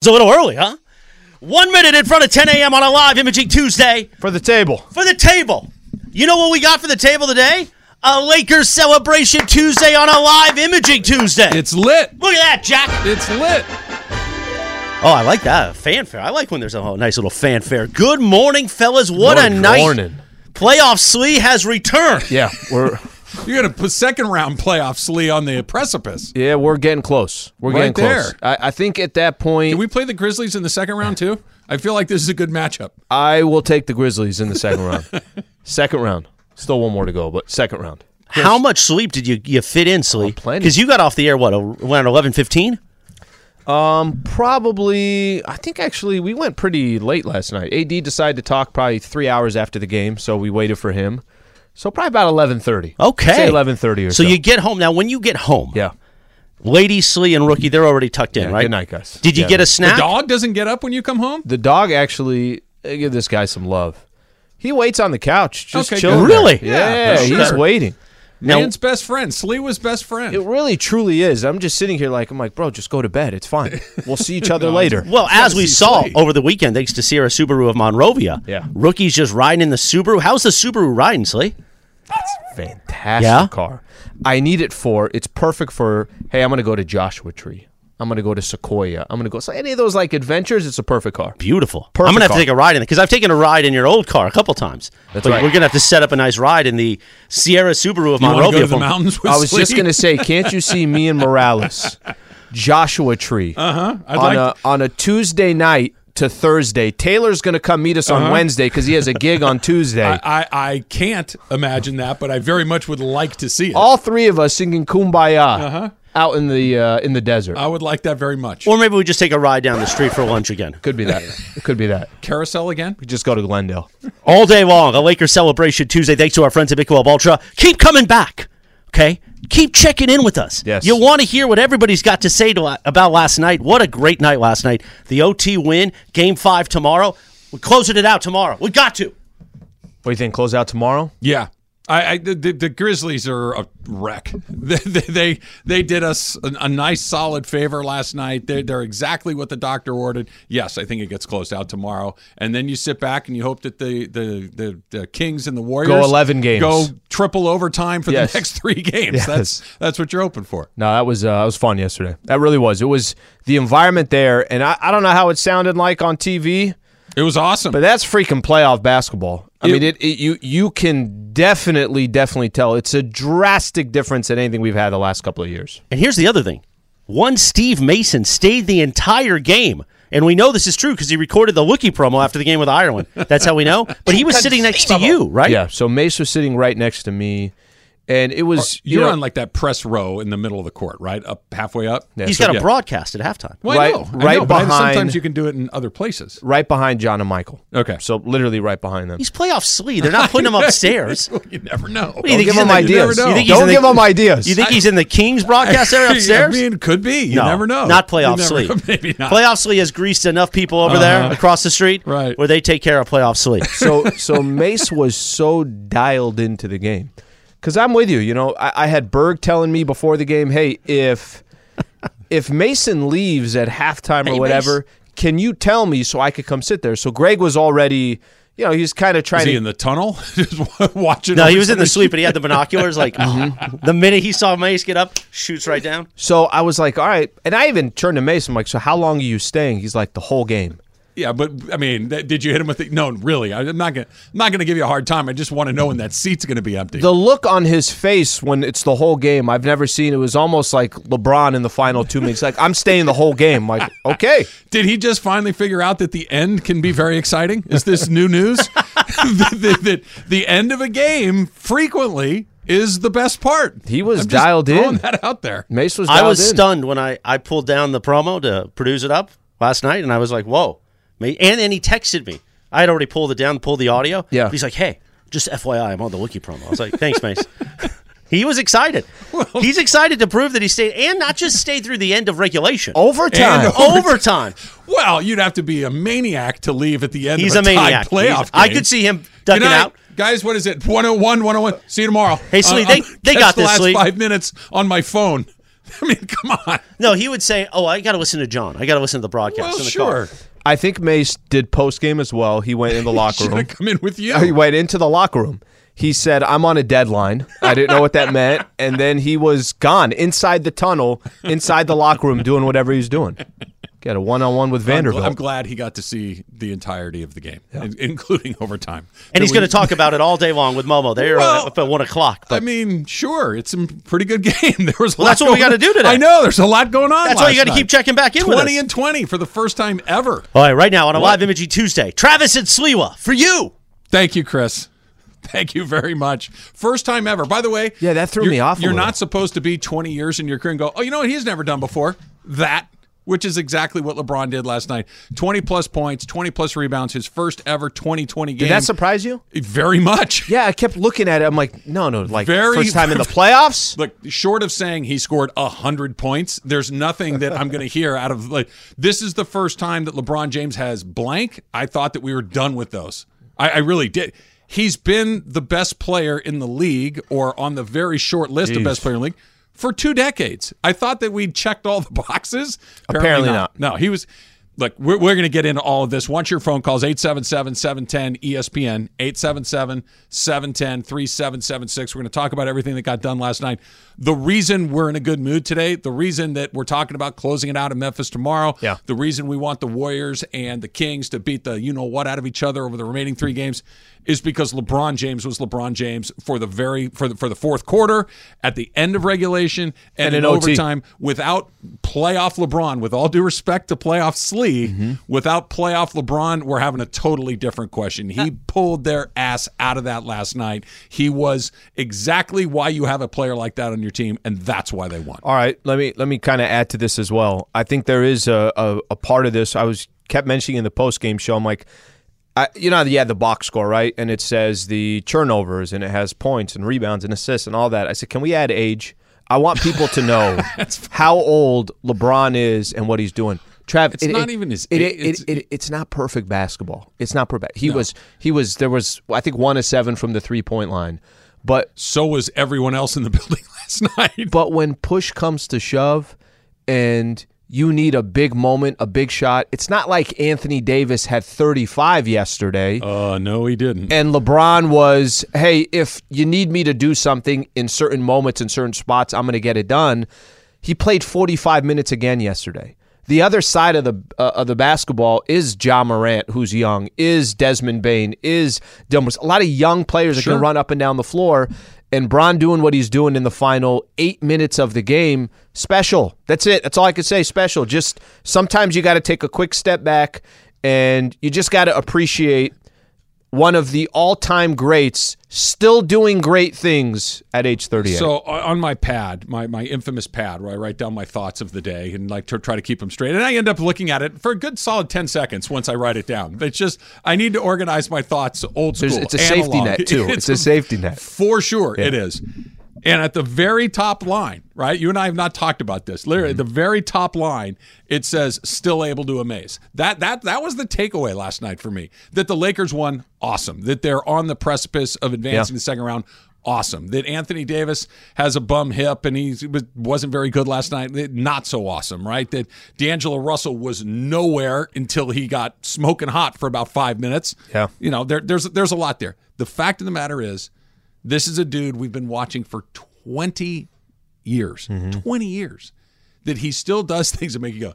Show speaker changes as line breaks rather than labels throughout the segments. It's a little early, huh? One minute in front of 10 a.m. on a live imaging Tuesday
for the table.
for the table. You know what we got for the table today? A Lakers celebration Tuesday on a live imaging Tuesday.
It's lit.
Look at that, Jack.
It's lit.
Oh, I like that fanfare. I like when there's a whole nice little fanfare. Good morning, fellas. What a
Good
night.
morning.
Playoff Slee has returned.
Yeah, we're
You're gonna put second round playoffs, Lee, on the precipice.
yeah we're getting close. We're getting
Right
close.
there.
I, I think at that point,
Can we play the Grizzlies in the second round too? I feel like this is a good matchup.
I will take the Grizzlies in the second round. second round. Still one more to go, but second round.
How much sleep did you, you fit in, Slee?
Oh, plenty.
Because you got off the air, what, around 11.15?
Probably, I think actually we went pretty late last night. AD decided to talk probably three hours after the game, so we waited for him. So probably about eleven thirty.
Okay.
say eleven thirty or so.
So you get home. Now, when you get home,
yeah.
Lady Slee and Rookie, they're already tucked in,
Yeah,
right?
good night, guys.
Did you
Yeah.
get a
The
snack?
dog doesn't get up when you come home.
The dog actually I give this guy some love. He waits on the couch, just
Okay,
chilling.
good. Really?
Yeah,
Yeah,
he's
sure.
waiting.
Now-
Man's best friend. Slee was best friend.
It really, truly is. I'm just sitting here like I'm like, bro, just go to bed. It's fine. We'll see each other later.
Well, as we saw over the weekend, thanks to Sierra Subaru of Monrovia,
Yeah.
rookie's just riding in the Subaru. How's the Subaru riding, Slee?
fantastic
Yeah?
car. I need it for it's perfect for hey, I'm gonna go to Joshua Tree. I'm gonna go to Sequoia. I'm gonna go so any of those like adventures, it's a perfect car.
Beautiful.
Perfect
I'm gonna have
car.
to take a ride in it because I've taken a ride in your old car a couple times.
That's
But
right.
We're gonna have to set up a nice ride in the Sierra Subaru of
You want to go
Monrovia.
to the
for-
mountains with
I was
Slee?
just gonna say, can't you see me and Morales? Joshua Tree. Uh-huh.
I'd
on
like-
a on a Tuesday night to Thursday. Taylor's gonna come meet us on Wednesday because he has a gig on Tuesday.
Uh-huh. I, I I can't imagine that, but I very much would like to see it.
All three of us singing Kumbaya
Uh-huh.
out in the uh, in the desert.
I would like that very much.
Or maybe we just take a ride down the street for lunch again.
Could be that. Could be that.
Carousel again?
We just go to Glendale.
All day long, a Lakers celebration Tuesday. Thanks to our friends at Big 12 Ultra. Keep coming back, okay? Keep checking in with us.
Yes.
You want to hear what everybody's got to say to, about last night. What a great night last night. The OT win, game five tomorrow. We're closing it out tomorrow. We got to.
What do you think? Close out tomorrow?
Yeah. I, I the, the the Grizzlies are a wreck. They they, they, they did us a, a nice solid favor last night. They're, they're exactly what the doctor ordered. Yes, I think it gets closed out tomorrow, and then you sit back and you hope that the the, the, the Kings and the Warriors
11 games.
go triple overtime for
Yes.
the next three games. That's that's what you're hoping for.
No, that was uh, that was fun yesterday. That really was. It was the environment there, and I, I don't know how it sounded like on TV,
It was awesome.
but that's freaking playoff basketball. I
It-
mean, it, it you you can definitely definitely tell it's a drastic difference than anything we've had the last couple of years.
And here's the other thing one Steve Mason stayed the entire game. And we know this is true because he recorded the lookie promo after the game with Ireland. That's how we know. But he was sitting next to you, right?
Yeah. So Mace was sitting right next to me, and it was you
you're
know-
on like that press row in the middle of the court, right? Up halfway up.
Yeah.
He's
so-
got a
yeah.
broadcast at halftime.
Well, I
Right-
know, I
right
know, but I-
behind-
Sometimes you can do it in other places.
right behind John and Michael.
Okay.
So literally right behind them.
He's playoff sleeve. They're not putting him upstairs.
You never know.
do you think
Don't give
he's
him
in the-
ideas.
you never know.
think he's
Don't
in the-
give him ideas.
You think he's in the Kings broadcast area upstairs?
I mean, it could be. You
no,
never know.
Not
You
playoff
never-
sleeve.
Maybe not. Uh-huh.
Playoff sleeve has greased enough people over there across the street,
Right.
Where they take care of playoff sleeve.
so so Mace was so dialed into the game because I'm with you. You know, I, I had Berg telling me before the game, "Hey, if if Mason leaves at halftime or whatever, can you tell me so I could come sit there?" So Greg was already, you know, he's kind of
Is
trying
he
to.
in the tunnel? Just watching.
No,
over
he was in the
somebody?
sleep, but he had the binoculars. Like
Uh-huh.
the minute he saw Mace get up, shoots right down.
so I was like, "All right," and I even turned to Mason, I'm like, "So how long are you staying?" He's like, "The whole game."
Yeah, but I mean, that, did you hit him with the? No, really. I'm not gonna. I'm not gonna give you a hard time. I just want to know when that seat's gonna be empty.
The look on his face when it's the whole game, I've never seen. It was almost like LeBron in the final two minutes. Like, I'm staying the whole game. like, okay.
did he just finally figure out that the end can be very exciting? Is this new news? that, that- that the end of a game frequently is the best part.
He was
I'm just
dialed
throwing
in.
That out there.
Mace was.
I
dialed
was
in.
stunned when I, I pulled down the promo to produce it up last night, and I was like, whoa. Ma- And then he texted me. I had already pulled it down, pulled the audio.
Yeah.
He's like, hey, just FYI, I'm on the wiki promo. I was like, thanks, Mace. he was excited. He's excited to prove that he stayed, and not just stay through the end of regulation.
Overtime.
And-
Overtime.
Well, you'd have to be a maniac to leave at the end
He's a
of a, tied
maniac.
playoff
He's- I
game.
could see him
Good
ducking
night,
out.
Guys, what is it? 101, 101. See you tomorrow.
Hey, Slee,
Uh,
they-
I'll
they
catch
got
the
this,
last
Slee.
five minutes on my phone. I mean, come on.
No, he would say, "Oh, I got to listen to John. I got to listen to the broadcast."
Well,
in the
sure.
Car.
I think Mace did post game as well. He went in the locker
Should
room.
have come in with you.
He went into the locker room. He said, "I'm on a deadline." I didn't know what that meant, and then he was gone inside the tunnel, inside the locker room, doing whatever he was doing. Got a one-on-one with
I'm gl-
Vanderbilt.
I'm glad he got to see the entirety of the game, in- including overtime.
And he's
That we-
going to talk about it all day long with Momo. They're
Well,
up at one o'clock. But
I mean, sure, it's a pretty good game. There was. a
Well,
lot
that's what we
going-
gotta do today.
I know there's a lot going on.
That's why you
got
gotta keep checking back in with
Twenty
us.
and twenty for the first time ever.
all right, right now on a live imaging Tuesday, Travis and Sliwa for you.
Thank you, Chris. Thank you very much. First time ever. By the way,
Yeah, that threw
you're-
me off a
You're
little.
not supposed to be 20 years in your career and go, oh, you know what? He's never done before that, which is exactly what LeBron did last night. 20 plus points, 20 plus rebounds, his first ever 2020 game.
Did that surprise you?
very much.
Yeah, I kept looking at it. I'm like, no, no, like
Very-
first time in the playoffs.
Look, short of saying he scored hundred points, there's nothing that I'm going to hear out of like this is the first time that LeBron James has blank. I thought that we were done with those. I, I really did. He's been the best player in the league, or on the very short list of best player in the league, for two decades. I thought that we'd checked all the boxes.
Apparently
No, he was. Look, we're, we're going to get into all of this. Once your phone calls, 877 710 ESPN, 877 710 3776. We're going to talk about everything that got done last night. The reason we're in a good mood today, the reason that we're talking about closing it out in Memphis tomorrow,
Yeah.
the reason we want the Warriors and the Kings to beat the you know what out of each other over the remaining three games is because LeBron James was LeBron James for the very for the, for the fourth quarter at the end of regulation and,
And
in
in OT.
overtime time without playoff LeBron, with all due respect to playoff Slee, without playoff LeBron, we're having a totally different question. He pulled their ass out of that last night. He was exactly why you have a player like that on your team, and that's why they won.
All right, let me let me kind of add to this as well. I think there is a, a, a part of this I was kept mentioning in the post game show. I'm like, I, you know, you had the box score right, and it says the turnovers, and it has points and rebounds and assists and all that. I said, can we add age? I want people to know how old LeBron is and what he's doing. Trav,
It's not even his
It,
a-
it,
it's-
it, it- it's not perfect basketball. It's not perfect. He was he was there was I think one of seven from the three point line, but
So was everyone else in the building last night.
but when push comes to shove and you need a big moment, a big shot, it's not like Anthony Davis had 35 yesterday
Uh, no, he didn't.
and LeBron was, hey, if you need me to do something in certain moments, in certain spots, I'm going to get it done. He played 45 minutes again yesterday. The other side of the uh, of the basketball is Ja Morant, who's young, is Desmond Bain, is Dumbo. A lot of young players that
Sure.
can run up and down the floor. And Bron doing what he's doing in the final eight minutes of the game, special. That's it. That's all I can say. Special. Just sometimes you got to take a quick step back, and you just got to appreciate one of the all-time greats, still doing great things at age 38.
So o- on my pad, my, my infamous pad, where I write down my thoughts of the day and like to try to keep them straight, and I end up looking at it for a good solid ten seconds once I write it down. It's just I need to organize my thoughts old school.
There's- it's a safety
analog.
net, too. It's a safety net.
for sure. It is. And at the very top line, right? You and I have not talked about this. Literally, at the very top line, it says "still able to amaze." That that that was the takeaway last night for me. That the Lakers won, awesome. That they're on the precipice of advancing the second round, awesome. That Anthony Davis has a bum hip and he was, wasn't very good last night, that- not so awesome, right? That D'Angelo Russell was nowhere until he got smoking hot for about five minutes.
Yeah.
you know, there, there's there's a lot there. The fact of the matter is. This is a dude we've been watching for 20 years,
Mm-hmm.
20 years,
Hmm.
that he still does things that make you go,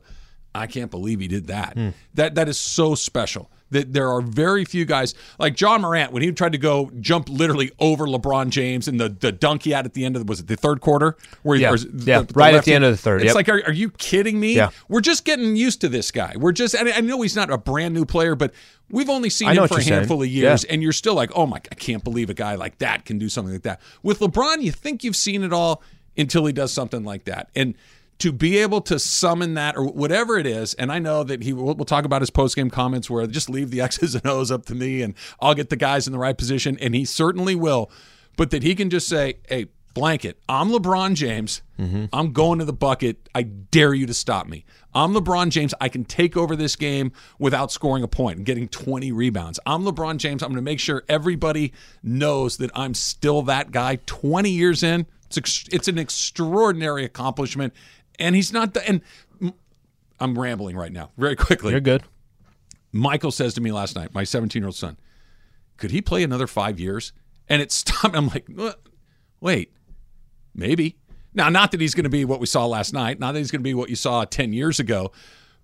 I can't believe he did that. That that is so special. that there are very few guys like John Morant when he tried to go jump literally over LeBron James and the the dunk he had at the end of the, was it the third quarter where he-
Yeah.
or
Yeah. Right at
lefty-
the end of the third.
It's
Yep.
like are, are you kidding me?
Yeah.
We're just getting used to this guy. We're just and I I know he's not a brand new player, but we've only seen
I know
him
what
for a
you're saying.
handful of
Yeah.
years, and you're still like, oh my, I can't believe a guy like that can do something like that. With LeBron, you think you've seen it all until he does something like that, and to be able to summon that or whatever it is, and I know that he we'll, we'll talk about his post game comments where just leave the X's and O's up to me, and I'll get the guys in the right position, and he certainly will, but that he can just say, hey. Blanket. I'm LeBron James. I'm going to the bucket. I dare you to stop me. I'm LeBron James. I can take over this game without scoring a point and getting 20 rebounds. I'm LeBron James. I'm going to make sure everybody knows that I'm still that guy 20 years in. It's, ex- it's an extraordinary accomplishment. And he's not, the, and mm, I'm rambling right now very quickly.
You're good.
Michael says to me last night, my 17 year old son, could he play another five years? And it stopped. I'm like, "Wha- wait, maybe. Now, not that he's going to be what we saw last night, not that he's going to be what you saw 10 years ago,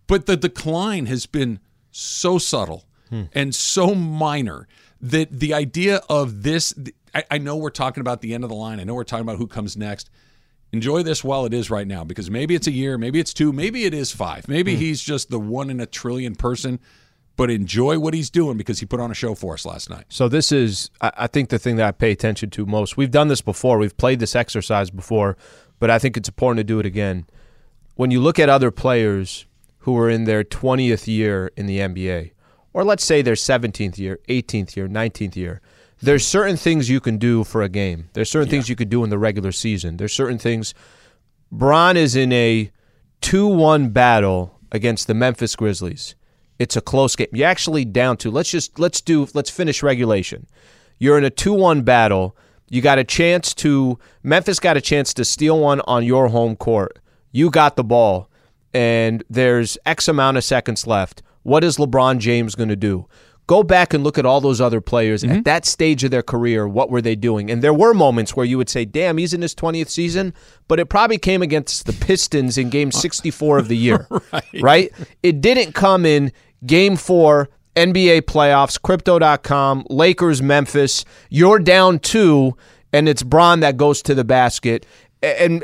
but the decline has been so subtle and so minor that the idea of this, I, I know we're talking about the end of the line, I know we're talking about who comes next enjoy this while it is right now because maybe it's a year, maybe it's two, maybe it is five. Maybe he's just the one in a trillion person, but enjoy what he's doing because he put on a show for us last night.
So this is, I I think, the thing that I pay attention to most. We've done this before. We've played this exercise before, but I think it's important to do it again. When you look at other players who are in their 20th year in the NBA, or let's say their 17th year, 18th year, 19th year, there's certain things you can do for a game. There's certain things you could do in the regular season. There's certain things Braun is in a 2 1 battle against the Memphis Grizzlies. It's a close game. You're actually down two. Let's just let's do let's finish regulation. You're in a 2 1 battle. You got a chance to Memphis got a chance to steal one on your home court. You got the ball, and there's X amount of seconds left. What is LeBron James going to do? Go back and look at all those other players at that stage of their career. What were they doing? And there were moments where you would say, damn, he's in his 20th season, but it probably came against the Pistons in game 64 of the year, right. It didn't come in game four, NBA playoffs, crypto.com, Lakers, Memphis. You're down two, and it's Braun that goes to the basket. A- And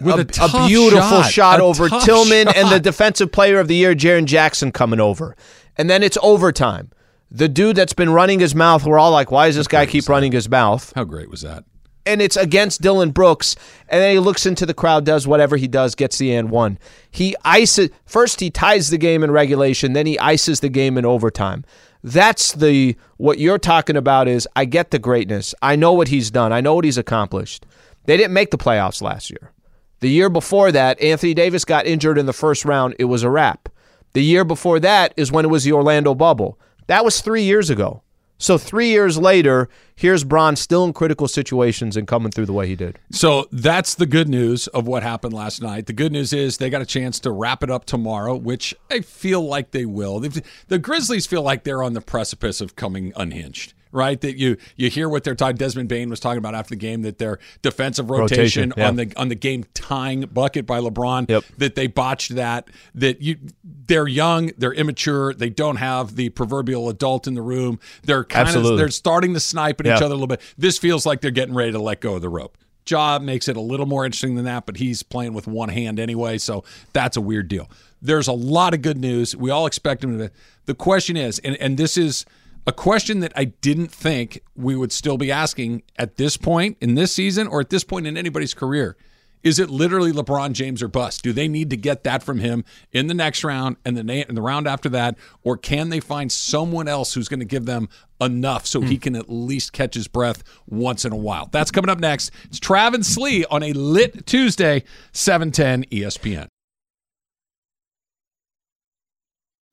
With a, tough
beautiful shot,
a
over
tough
Tillman
shot.
and the defensive player of the year, Jaron Jackson, coming over. And then it's overtime. The dude that's been running his mouth, we're all like, why does this guy keep running his mouth?
How great was that?
And it's against Dylan Brooks. And then he looks into the crowd, does whatever he does, gets the and one. He ices, first he ties the game in regulation, then he ices the game in overtime. That's the, what you're talking about is I get the greatness. I know what he's done, I know what he's accomplished. They didn't make the playoffs last year. The year before that, Anthony Davis got injured in the first round. It was a wrap. The year before that is when it was the Orlando bubble. That was three years ago. So three years later, here's Braun still in critical situations and coming through the way he did.
So that's the good news of what happened last night. The good news is they got a chance to wrap it up tomorrow, which I feel like they will. They've- The Grizzlies feel like they're on the precipice of coming unhinged. Right, that you you hear what they're talking. Desmond Bain was talking about after the game that their defensive rotation,
Rotation, yeah.
on the on the game tying bucket by LeBron
Yep.
that they botched that. That you they're young, they're immature, they don't have the proverbial adult in the room. They're kind of
Absolutely.
they're starting to snipe at each
Yeah.
other a little bit. This feels like they're getting ready to let go of the rope. Ja makes it a little more interesting than that, but he's playing with one hand anyway, so that's a weird deal. There's a lot of good news. We all expect him to. The question is, and, and this is a question that I didn't think we would still be asking at this point in this season or at this point in anybody's career. Is it literally LeBron James or bust? Do they need to get that from him in the next round and the, na- and the round after that? Or can they find someone else who's going to give them enough so
Hmm.
he can at least catch his breath once in a while? That's coming up next. It's Trav and Slee on a lit Tuesday, E 710 ESPN.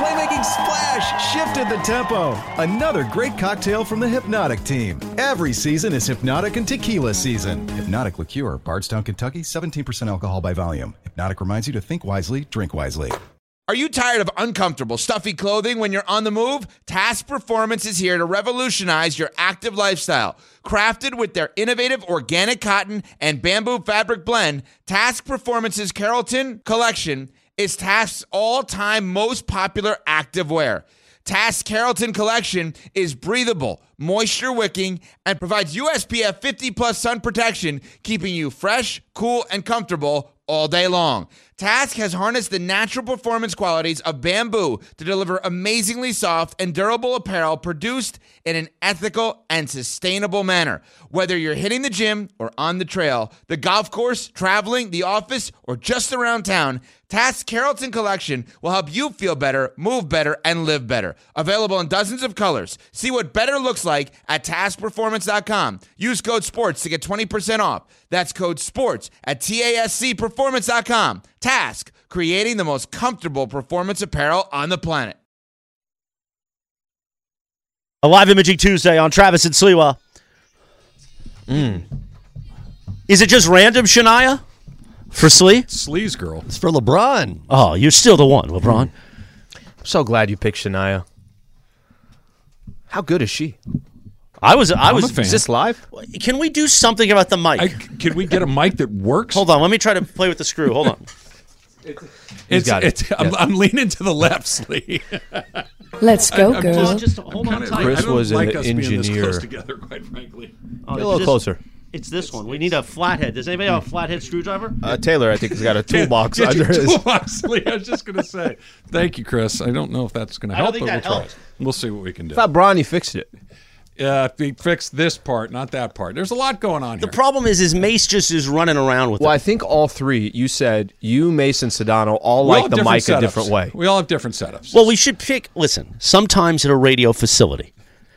playmaking splash shifted the tempo. Another great cocktail from the Hypnotic team. Every season is Hypnotic and Tequila season. Hypnotic Liqueur, Bardstown, Kentucky, 17% alcohol by volume. Hypnotic reminds you to think wisely, drink wisely.
Are you tired of uncomfortable, stuffy clothing when you're on the move? Task Performance is here to revolutionize your active lifestyle. Crafted with their innovative organic cotton and bamboo fabric blend, Task Performance's Carrollton collection is Task's all time most popular active wear. Task Carrollton collection is breathable, moisture wicking, and provides USPF 50 plus sun protection, keeping you fresh, cool, and comfortable all day long. Task has harnessed the natural performance qualities of bamboo to deliver amazingly soft and durable apparel produced in an ethical and sustainable manner. Whether you're hitting the gym or on the trail, the golf course, traveling, the office, or just around town, Task Carrollton Collection will help you feel better, move better, and live better. Available in dozens of colors. See what better looks like at taskperformance.com. Use code SPORTS to get 20% off. That's code SPORTS at TASCperformance.com. Task, creating the most comfortable performance apparel on the planet.
A live imaging Tuesday on Travis and Sliwa. Hmm. Is it just random Shania for Slee?
Sleaze girl.
It's for LeBron.
Oh, you're still the one, LeBron.
I'm so glad you picked Shania. How good is she?
I was. I
a
was.
fan.
Is this live?
Can we do something about the mic?
I, can we get a mic that works?
Hold on. Let me try to play with the screw. Hold on.
it's,
got it.
it's- I'm, I'm leaning to the left, Slee.
Let's go,
I'm
girl.
just-
hold
Kinda- I- I
Chris
don't
was an
like us being this close
engineer.
together, quite frankly.
A little closer.
It's this one. We need a flathead. Does anybody have a flathead screwdriver?
Uh, Taylor, I think, has got a
Yeah,
toolbox
yeah,
under his.
toolbox, Lee. I was just going to say. Thank you, Chris. I don't know if that's going to
I don't
help,
think
but we'll
that
try.
helps.
We'll see what we can do.
I thought Bronny fixed it.
Uh, if we fix this part, not that part. There's a lot going on here.
The problem is, is Mace just is running around with
Well,
it.
I think all three, you said, you, Mason, Sedano, all
We all
like the
have
mic a
setups.
different way.
We all have different setups.
Well, we should pick. Listen, sometimes at a radio facility,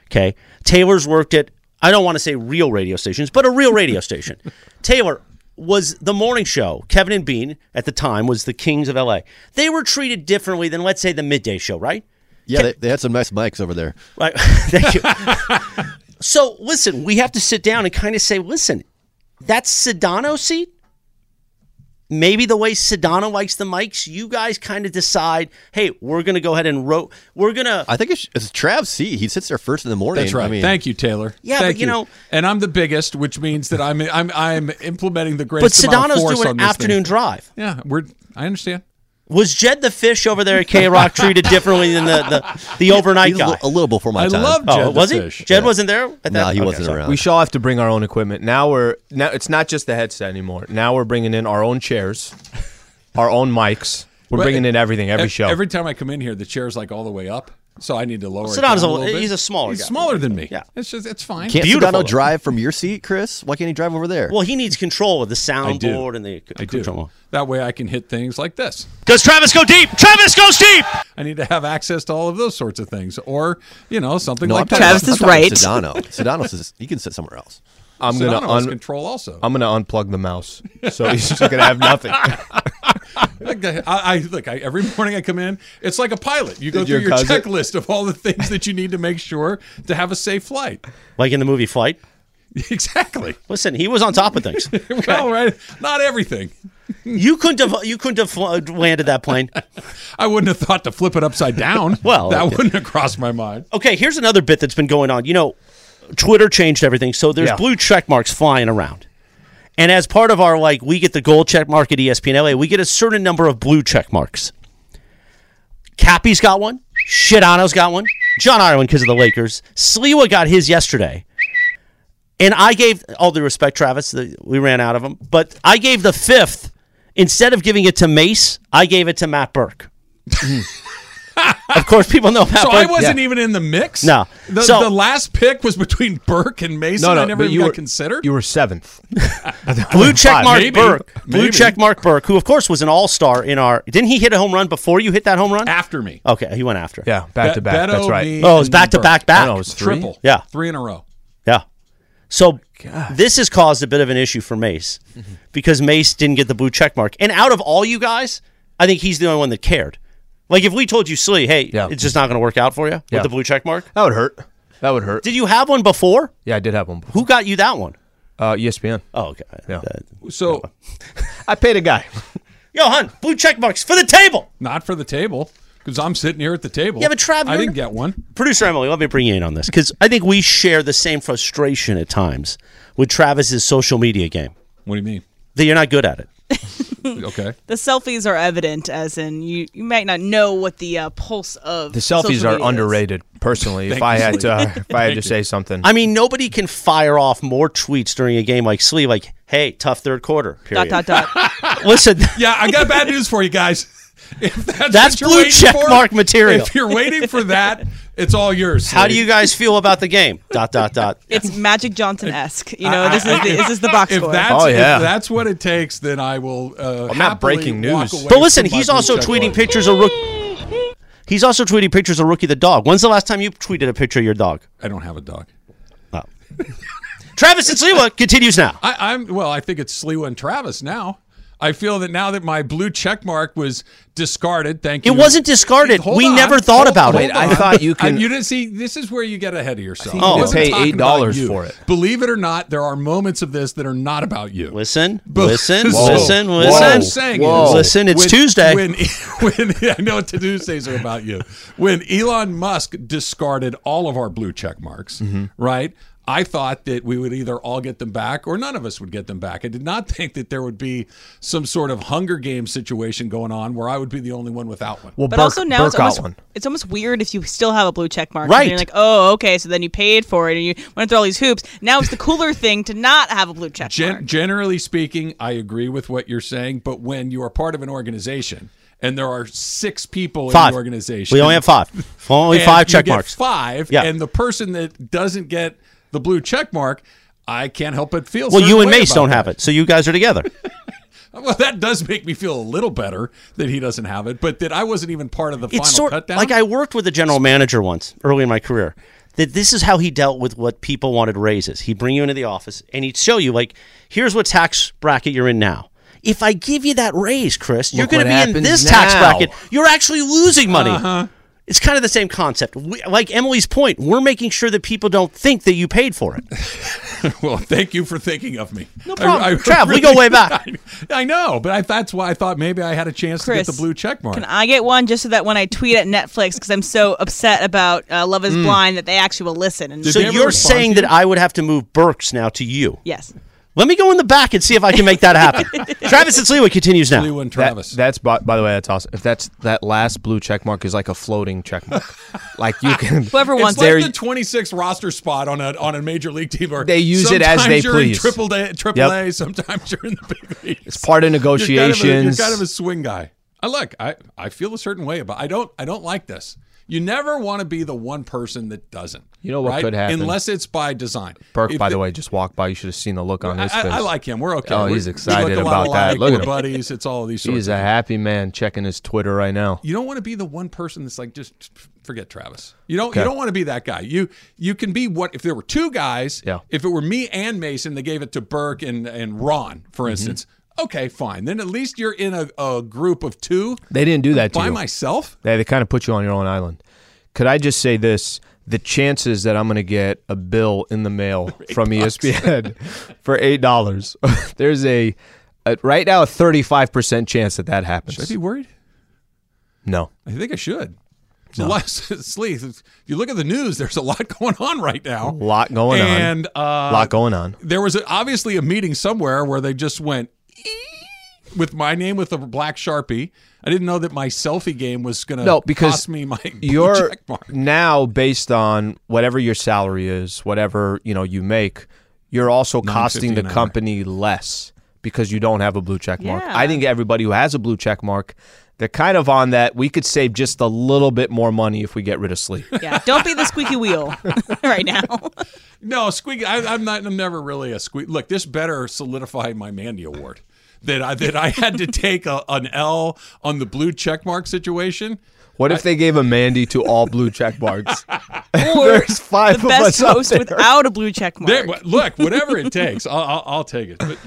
okay. Taylor's worked at. I don't want to say real radio stations, but a real radio station. Taylor was the morning show. Kevin and Bean at the time was the kings of LA. They were treated differently than let's say the midday show, right?
Yeah, they, they had some nice mics over there.
Right. Thank you. so listen, we have to sit down and kind of say, listen, that's Sedano seat. Maybe the way Sedano likes the mics, you guys kind of decide, hey, we're gonna go ahead and row. We're gonna.
I think it's, it's Trav's seat. He sits there first in the morning.
That's right.
I mean,
Thank you, Taylor.
Yeah, but
Thank
you know-
and I'm the biggest, which means that I'm I'm I'm implementing the
but
greatest. amount of
Sedano's
force
doing
on
an
this
afternoon
Thing.
drive.
Yeah, we're. I understand.
Was Jed the fish over there at K Rock treated differently than the the, the overnight
He's a
guy?
little, a little before my
I
time.
love- Jed
oh,
the
was he?
Fish,
Jed
yeah.
wasn't there. At that?
No, he
Okay,
wasn't
sorry.
around.
Uh, We shall have to bring our own equipment. Now we're now it's not just the headset anymore. Now we're bringing in our own chairs, our own mics. We're
Well,
bringing in everything, every
Ev-
show.
Every time I come in here, the chair's like all the way up, so I need to lower. it
Sedano's
down
a-
a little bit.
he's a smaller
He's
guy.
smaller than me.
Yeah.
it's just it's fine.
Can't
Beautiful.
Sedano drive from your seat, Chris? Why can't he drive over there?
Well, he needs control of the
do.
soundboard and the
I do.
control.
That way I can hit things like this.
Does Travis go deep? Travis goes deep.
I need to have access to all of those sorts of things, or you know something
no, I'm
like that.
talking
Travis
about-
is
I'm talking
right.
about Sedano. Sedano says he can sit somewhere else.
I'm
Sedano
gonna
has
un-
control also.
I'm gonna unplug the mouse, so he's just gonna have nothing.
Like the- I, I look. I, every morning I come in. It's like a pilot. You go
Did
through
your
your
cousin-
checklist of all the things that you need to make sure to have a safe flight.
Like in the movie Flight.
Exactly.
Listen, he was on top of things.
Well, right. Not everything.
you couldn't have you couldn't have fl- landed that plane.
I wouldn't have thought to flip it upside down.
Well,
that
okay.
wouldn't have crossed my mind.
Okay, here's another bit that's been going on. You know, Twitter changed everything, so there's
Yeah.
blue check marks flying around. And as part of our like, we get the gold check mark at E ESPN LA. We get a certain number of blue check marks. Cappy's got one. Shidano's got one. John Ireland because of the Lakers. Sliwa got his yesterday. And I gave all the respect, Travis. The, we ran out of them, but I gave the fifth instead of giving it to Mace. I gave it to Matt Burke. of course, people know Matt.
So I
Burke.
wasn't
Yeah.
even in the mix.
No.
The,
So-
the last pick was between Burke and Mason.
No, no,
I never
but
even
you
got
were
considered.
You were seventh.
Blue check mark
Maybe.
Burke. Blue
Maybe.
check mark Burke, who of course was an all star in our. Didn't he hit a home run before you hit that home run?
after me.
Okay, he went after.
Yeah, back to
Be-
back. That's
Beto,
right.
me,
Oh, it was
and
back to
Burke.
back
I
back.
know it was three.
Triple.
Yeah.
Three in a row.
Yeah. So this has caused a bit of an issue for Mace
Mm-hmm.
because Mace didn't get the blue check mark. And out of all you guys, I think he's the only one that cared. Like if we told you, Slee, hey,
Yeah.
it's just not going to work out for you
Yeah.
with the blue check mark.
That would hurt. That would hurt.
Did you have one before?
Yeah, I did have one. before.
Who got you that one?
Uh, ESPN.
Oh, okay.
Yeah.
That-
So
I paid a guy.
Yo, hun, blue check marks for the table.
not for the table because I'm sitting here at the table.
Yeah, but Trav,
I
you're-
didn't get one.
Producer Emily, let me bring you in on this because I think we share the same frustration at times with Travis's social media game
What do you
that you're not good at it.
mean? Okay.
The selfies are evident, as in you, you might not know what the uh, pulse of
The selfies
social media
are
is.
underrated. Personally, if
Thank
I
you,
had to,
Slee.
if I had to
you.
say something,
I mean, nobody can fire off more tweets during a game like Slee, like, hey, tough third quarter.
Dot
Period.
dot dot.
Listen,
Yeah, I got bad news for you guys. If that's
That's
what you're
blue
waiting
check
for,
mark material.
If you're waiting for that, it's all yours.
how do
Slee.
you guys feel about the game? Dot, dot, dot.
It's Magic Johnson esque. You know, this is the, this is the box
If
score.
that's,
Oh, yeah.
if that's what it takes, then I will. Uh,
I'm not
happily
breaking
walk
news.
away
But listen,
from my
he's
blue
also
check
tweeting
mark.
pictures of rookie. He's also tweeting pictures of rookie the dog. When's the last time you tweeted a picture of your dog?
I don't have a dog.
Oh. Travis and Sliwa continues now.
I, I'm well. I think it's Sliwa and Travis now. I feel that now that my blue check mark was discarded. Thank you.
It wasn't discarded.
Hold
we
on.
never thought
Hold-
about
hold
it.
Wait, I
on.
thought you
I-
can-
you didn't see. This is where you get ahead of yourself.
you
I
can
wasn't
pay
talking
$8
about you.
for it.
Believe it or not, there are moments of this that are not about you.
Listen,
But-
listen,
So-
listen,
Whoa. What I'm
listen.
saying
Whoa.
is,
Listen, it's
when-
Tuesday.
When, E, when I know what Tuesdays are about you. When Elon Musk discarded all of our blue check marks,
Mm-hmm.
right? I thought that we would either all get them back or none of us would get them back. I did not think that there would be some sort of Hunger Games situation going on where I would be the only one without one.
well,
But
Burke-
also now
Burke
it's
got
almost
one.
it's almost weird if you still have a blue check mark.
Right.
And you're like, oh, okay, so then you paid for it and you went through all these hoops. Now it's the cooler thing to not have a blue check mark.
Gen- generally speaking, I agree with what you're saying, but when you are part of an organization and there are six people in
Five.
the organization,
We only have five. Only
and
five
you
check
get
marks.
Five,
Yeah.
and the person that doesn't get the blue check mark, I can't help but feel. a
Well,
certain
you and
way
Mace
about
don't
that.
have it, so you guys are together.
Well, that does make me feel a little better that he doesn't have it, but that I wasn't even part of the final
it's sort
cutdown.
like I worked with a general manager once early in my career. That this is how he dealt with what people wanted raises. He'd bring you into the office and he'd show you like, here's what tax bracket you're in now. If I give you that raise, Chris, you're
Look
going to
what
be in
happens
this tax
now. Uh-huh.
bracket. You're actually losing money. It's kind of the same concept. We, like Emily's point, we're making sure that people don't think that you paid for it.
Well, thank you for thinking of me. No
problem. Trav, we go way back.
I, I know, but I, that's why I thought maybe I had a chance
Chris,
to get the blue check mark.
Can I get one just so that when I tweet at Netflix because I'm so upset about uh, Love Is Blind that they actually will listen? And
so
they ever
you're
respond
saying
to
that I would have to move Burks now to you.
yes,
Let me go in the back and see if I can make that happen. Travis and Sliwa continues now.
Lou and
That-
Travis.
that's by, by the way, that's awesome. If that's that last blue check mark is like a floating check mark, like you can
Whoever
It's
wants
like
There-
the 26 roster spot on a on a major league team. Or
They use it as they please.
Triple A, triple
Yep.
A. Sometimes you're in the big leagues. It's
part of
You're kind of a,
negotiations.
swing guy. I look. I I feel a certain way about. I don't. I don't like this. You never want to be the one person that doesn't.
You know what
right?
could happen?
unless it's by design.
Burke,
If
by the
the-
way, just walked by. You should have seen the look on his
I,
face.
I- I like him. We're okay.
Oh,
We're-
he's
we look
excited
a lot
about that.
alike.
Look
We're
at him.
buddies. It's all of these.
He's
sorts of
a
things.
happy man checking his Twitter right now.
you don't want to be the one person that's like just forget Travis. You don't
Okay.
you don't want to be that guy. You you can be what if there were two guys,
Yeah.
if it were me and Mason, they gave it to Burke and, and Ron,
Mm-hmm.
for instance. Okay, fine. Then at least you're in a, a group of two
They didn't do that to
by
you.
myself.
They, they kind of put you on your own island. Could I just say this? The chances that I'm going to get a bill in the mail from E ESPN for eight dollars, there's a, a right now a 35 percent chance that that happens.
Should I be worried?
No,
I think I should. It's a lot, Slee, if you look at the news, there's a lot going on right now. A
lot going on.
And uh,
a lot going on.
there was a, obviously a meeting somewhere where they just went "Ee!" with my name with a black sharpie. I didn't know that my selfie game was going to
No, because
cost me my blue
You're
check mark.
now based on whatever your salary is, whatever you know you make. You're also costing the
an hour.
company less because you don't have a blue check mark.
Yeah.
I think everybody who has a blue check mark, they're kind of on that. We could save just a little bit more money if we get rid of sleep.
yeah. Don't be the squeaky wheel right now.
No, squeak. I, I'm not. I'm never really a squeak. Look, this better solidify my Mandy Award that I that I had to take a, an L on the blue check mark situation.
What if they gave a Mandy to all blue check marks? There's five
the
of
best
us out
host
there.
without a blue check mark.
There- look, whatever it takes, I'll, I'll, I'll take it. But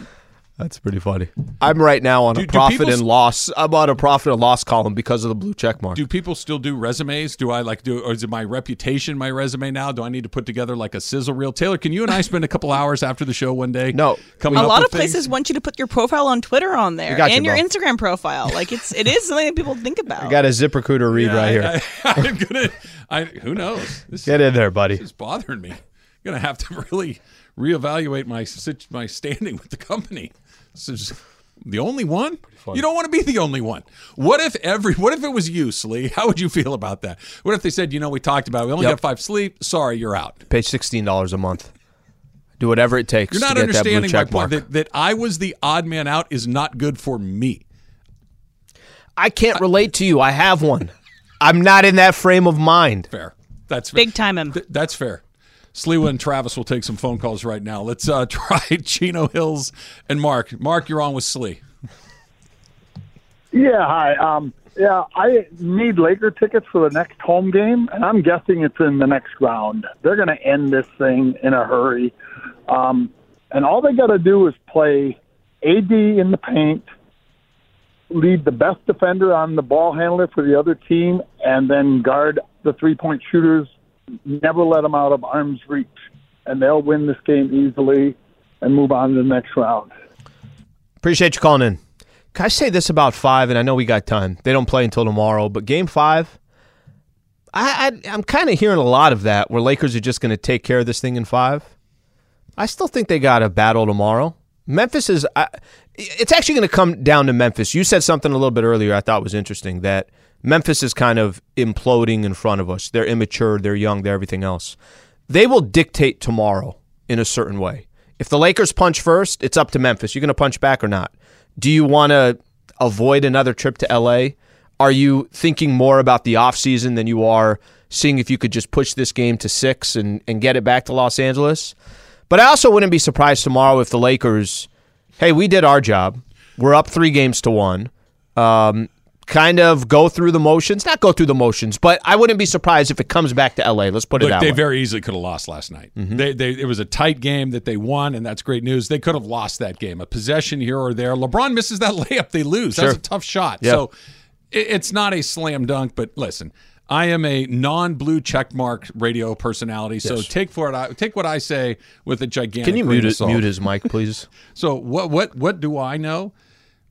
That's pretty funny. I'm right now on
Do-
a
do
profit
people
and
s-
loss. I'm on a profit and loss column because of the blue check mark.
Do people still do resumes? Do I like do or is it my reputation my resume now? Do I need to put together like a sizzle reel? Taylor, can you and I spend a couple hours after the show one day?
No.
coming
A
up
lot of
with
places
things?
want you to put your profile on Twitter on there
got you,
and your
bro.
Instagram profile. Like it's it is something that people think about.
I got a ZipRecruiter read right here.
I, am gonna. I who knows? This
Get in there, buddy.
is bothering me. I'm gonna have to really reevaluate my sit- my standing with the company. This is the only one. You don't want to be the only one. What if every? What if it was you, Slee? How would you feel about that? What if they said, you know, we talked about it. we only
Yep.
got five sleep. Sorry, you're out.
Pay sixteen dollars a month. Do whatever it takes.
You're not
to get that blue
understanding my
check
point
mark.
that, that I was the odd man out is not good for me.
I can't relate to you. I have one. I'm not in that frame of mind.
Fair. That's
Big time him.
Th- that's fair. Sliwa and Travis will take some phone calls right now. Let's uh, try Chino Hills and Mark. Mark, you're on with Slee.
Yeah, hi. Um, yeah, I need Laker tickets for the next home game, and I'm guessing it's in the next round. They're going to end this thing in a hurry. Um, and all they got to do is play AD in the paint, lead the best defender on the ball handler for the other team, and then guard the three point shooters. Never let them out of arm's reach. And they'll win this game easily and move on to the next round.
Appreciate you calling in. Can I say this about five? And I know we got time. They don't play until tomorrow, but game five, I, I I'm kind of hearing a lot of that where Lakers are just going to take care of this thing in five. I still think they got a battle tomorrow. Memphis is. I, it's actually going to come down to Memphis. You said something a little bit earlier I thought was interesting that Memphis is kind of imploding in front of us. They're immature, they're young, they're everything else. They will dictate tomorrow in a certain way. If the Lakers punch first, it's up to Memphis. You're going to punch back or not. Do you want to avoid another trip to LA? Are you thinking more about the offseason than you are seeing if you could just push this game to six and, and get it back to Los Angeles? But I also wouldn't be surprised tomorrow if the Lakers, hey, we did our job. We're up three games to one. Um, kind of go through the motions, not go through the motions, but I wouldn't be surprised if it comes back to LA. Let's put it
Look,
out.
they very easily could have lost last night.
Mm-hmm.
They, they, it was a tight game that they won, and that's great news. They could have lost that game. A possession here or there. LeBron misses that layup, they lose. That's a tough shot. So it, it's not a slam dunk, but listen, I am a non-blue checkmark radio personality, so take for it. I, take what I say with a gigantic.
Can you
grain
mute,
of
it,
salt.
mute his mic, please?
So what what what do I know?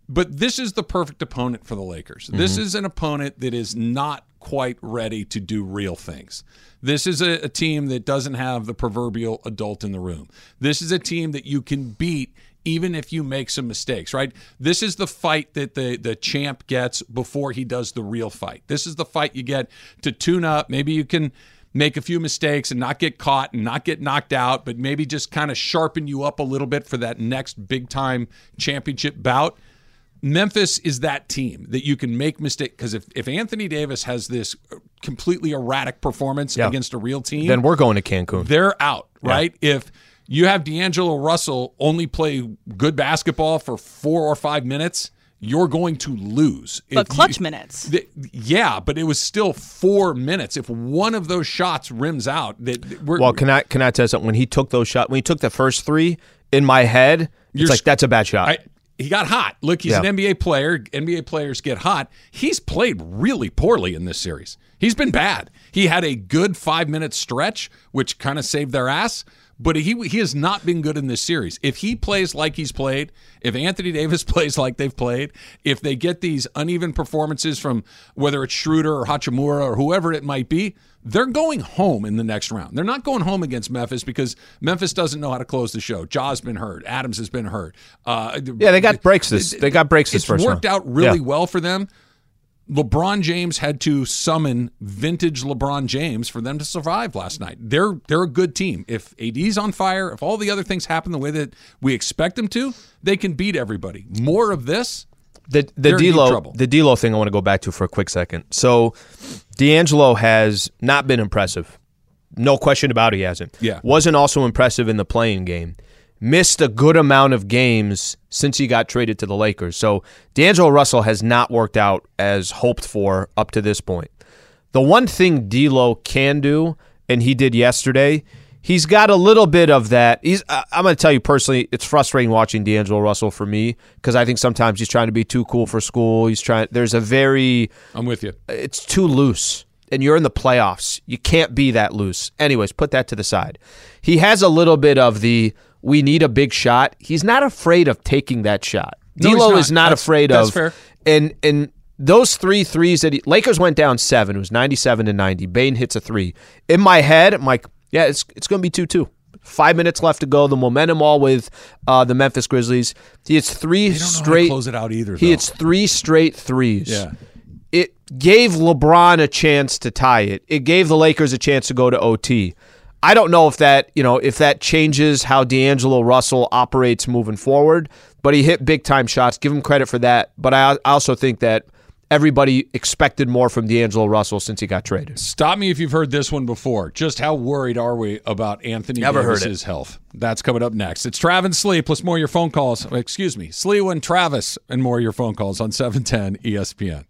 But this is the perfect opponent for the Lakers. This is an opponent that is not quite ready to do real things. This is a, a team that doesn't have the proverbial adult in the room. This is a team that you can beat even if you make some mistakes, right? This is the fight that the the champ gets before he does the real fight. This is the fight you get to tune up. Maybe you can make a few mistakes and not get caught and not get knocked out, but maybe just kind of sharpen you up a little bit for that next big time championship bout. Memphis is that team that you can make mistake because if, if Anthony Davis has this completely erratic performance against a real team,
then we're going to Cancun.
they're out, right? If you have D'Angelo Russell only play good basketball for four or five minutes, you're going to lose.
But
If you-
clutch minutes.
Th- yeah, but it was still four minutes. If one of those shots rims out, that that we're
Well, can I can I tell you something? When he took those shots, when he took the first three in my head,
You're
it's like
sc-
that's a bad shot.
I, he got hot. Look, he's
Yeah.
an NBA player. NBA players get hot. He's played really poorly in this series. He's been bad. He had a good five minute stretch, which kind of saved their ass. But he he has not been good in this series. If he plays like he's played, if Anthony Davis plays like they've played, if they get these uneven performances from whether it's Schroeder or Hachimura or whoever it might be, they're going home in the next round. They're not going home against Memphis because Memphis doesn't know how to close the show. Jaw's been hurt. Adams has been hurt. Uh,
yeah, they got breaks this. They got breaks this
it's
first
worked
round.
out really
Yeah.
well for them. LeBron James had to summon vintage LeBron James for them to survive last night. They're they're a good team. If AD's on fire, if all the other things happen the way that we expect them to, they can beat everybody. More of this,
the
They're
the
in deep
D'Lo
trouble.
the D'Lo thing I want to go back to for a quick second. So D'Angelo has not been impressive. No question about it, he hasn't.
Yeah.
wasn't also impressive in the playing game. Missed a good amount of games since he got traded to the Lakers. So D'Angelo Russell has not worked out as hoped for up to this point. The one thing D'Lo can do, and he did yesterday, He's got a little bit of that. He's. I- I'm going to tell you personally, it's frustrating watching D'Angelo Russell for me because I think sometimes he's trying to be too cool for school. He's trying. There's a very.
I'm with you.
It's too loose, and you're in the playoffs. You can't be that loose. Anyways, put that to the side. He has a little bit of the. We need a big shot. He's not afraid of taking that shot.
No, he's
D'Lo
not.
is not
That's-
afraid
that's
of.
fair.
And and those three threes that he, Lakers went down seven. It was ninety seven to ninety. Bain hits a three. In my head, I'm like, yeah, it's it's going to be two two. Five minutes left to go. The momentum all with uh, the Memphis Grizzlies. He hits three
don't know how to
straight.
close it out either,
He
though.
hits three straight threes.
Yeah.
It gave LeBron a chance to tie it. It gave the Lakers a chance to go to OT. I don't know if that, you know, if that changes how D'Angelo Russell operates moving forward, but he hit big time shots. Give him credit for that. But I I also think that everybody expected more from D'Angelo Russell since he got traded.
Stop me if you've heard this one before. Just how worried are we about Anthony
Never heard
Davis's health? That's coming up next. It's Travis Slee plus more of your phone calls. Oh, Excuse me, Slee and Travis and more of your phone calls on E 710 ESPN.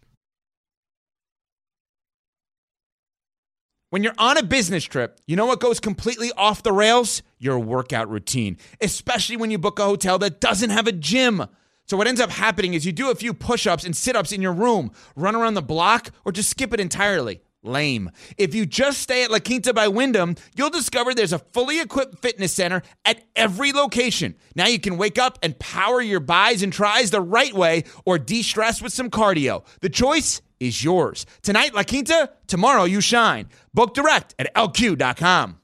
When you're on a business trip, you know what goes completely off the rails? Your workout routine, especially when you book a hotel that doesn't have a gym. So, what ends up happening is you do a few push ups and sit ups in your room, run around the block, or just skip it entirely. Lame. If you just stay at La Quinta by Wyndham, you'll discover there's a fully equipped fitness center at every location. Now you can wake up and power your buys and tries the right way or de stress with some cardio. The choice is yours. Tonight, La Quinta, tomorrow, you shine. Book direct at lq.com.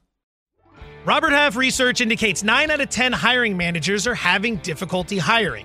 Robert Half research indicates 9 out of 10 hiring managers are having difficulty hiring.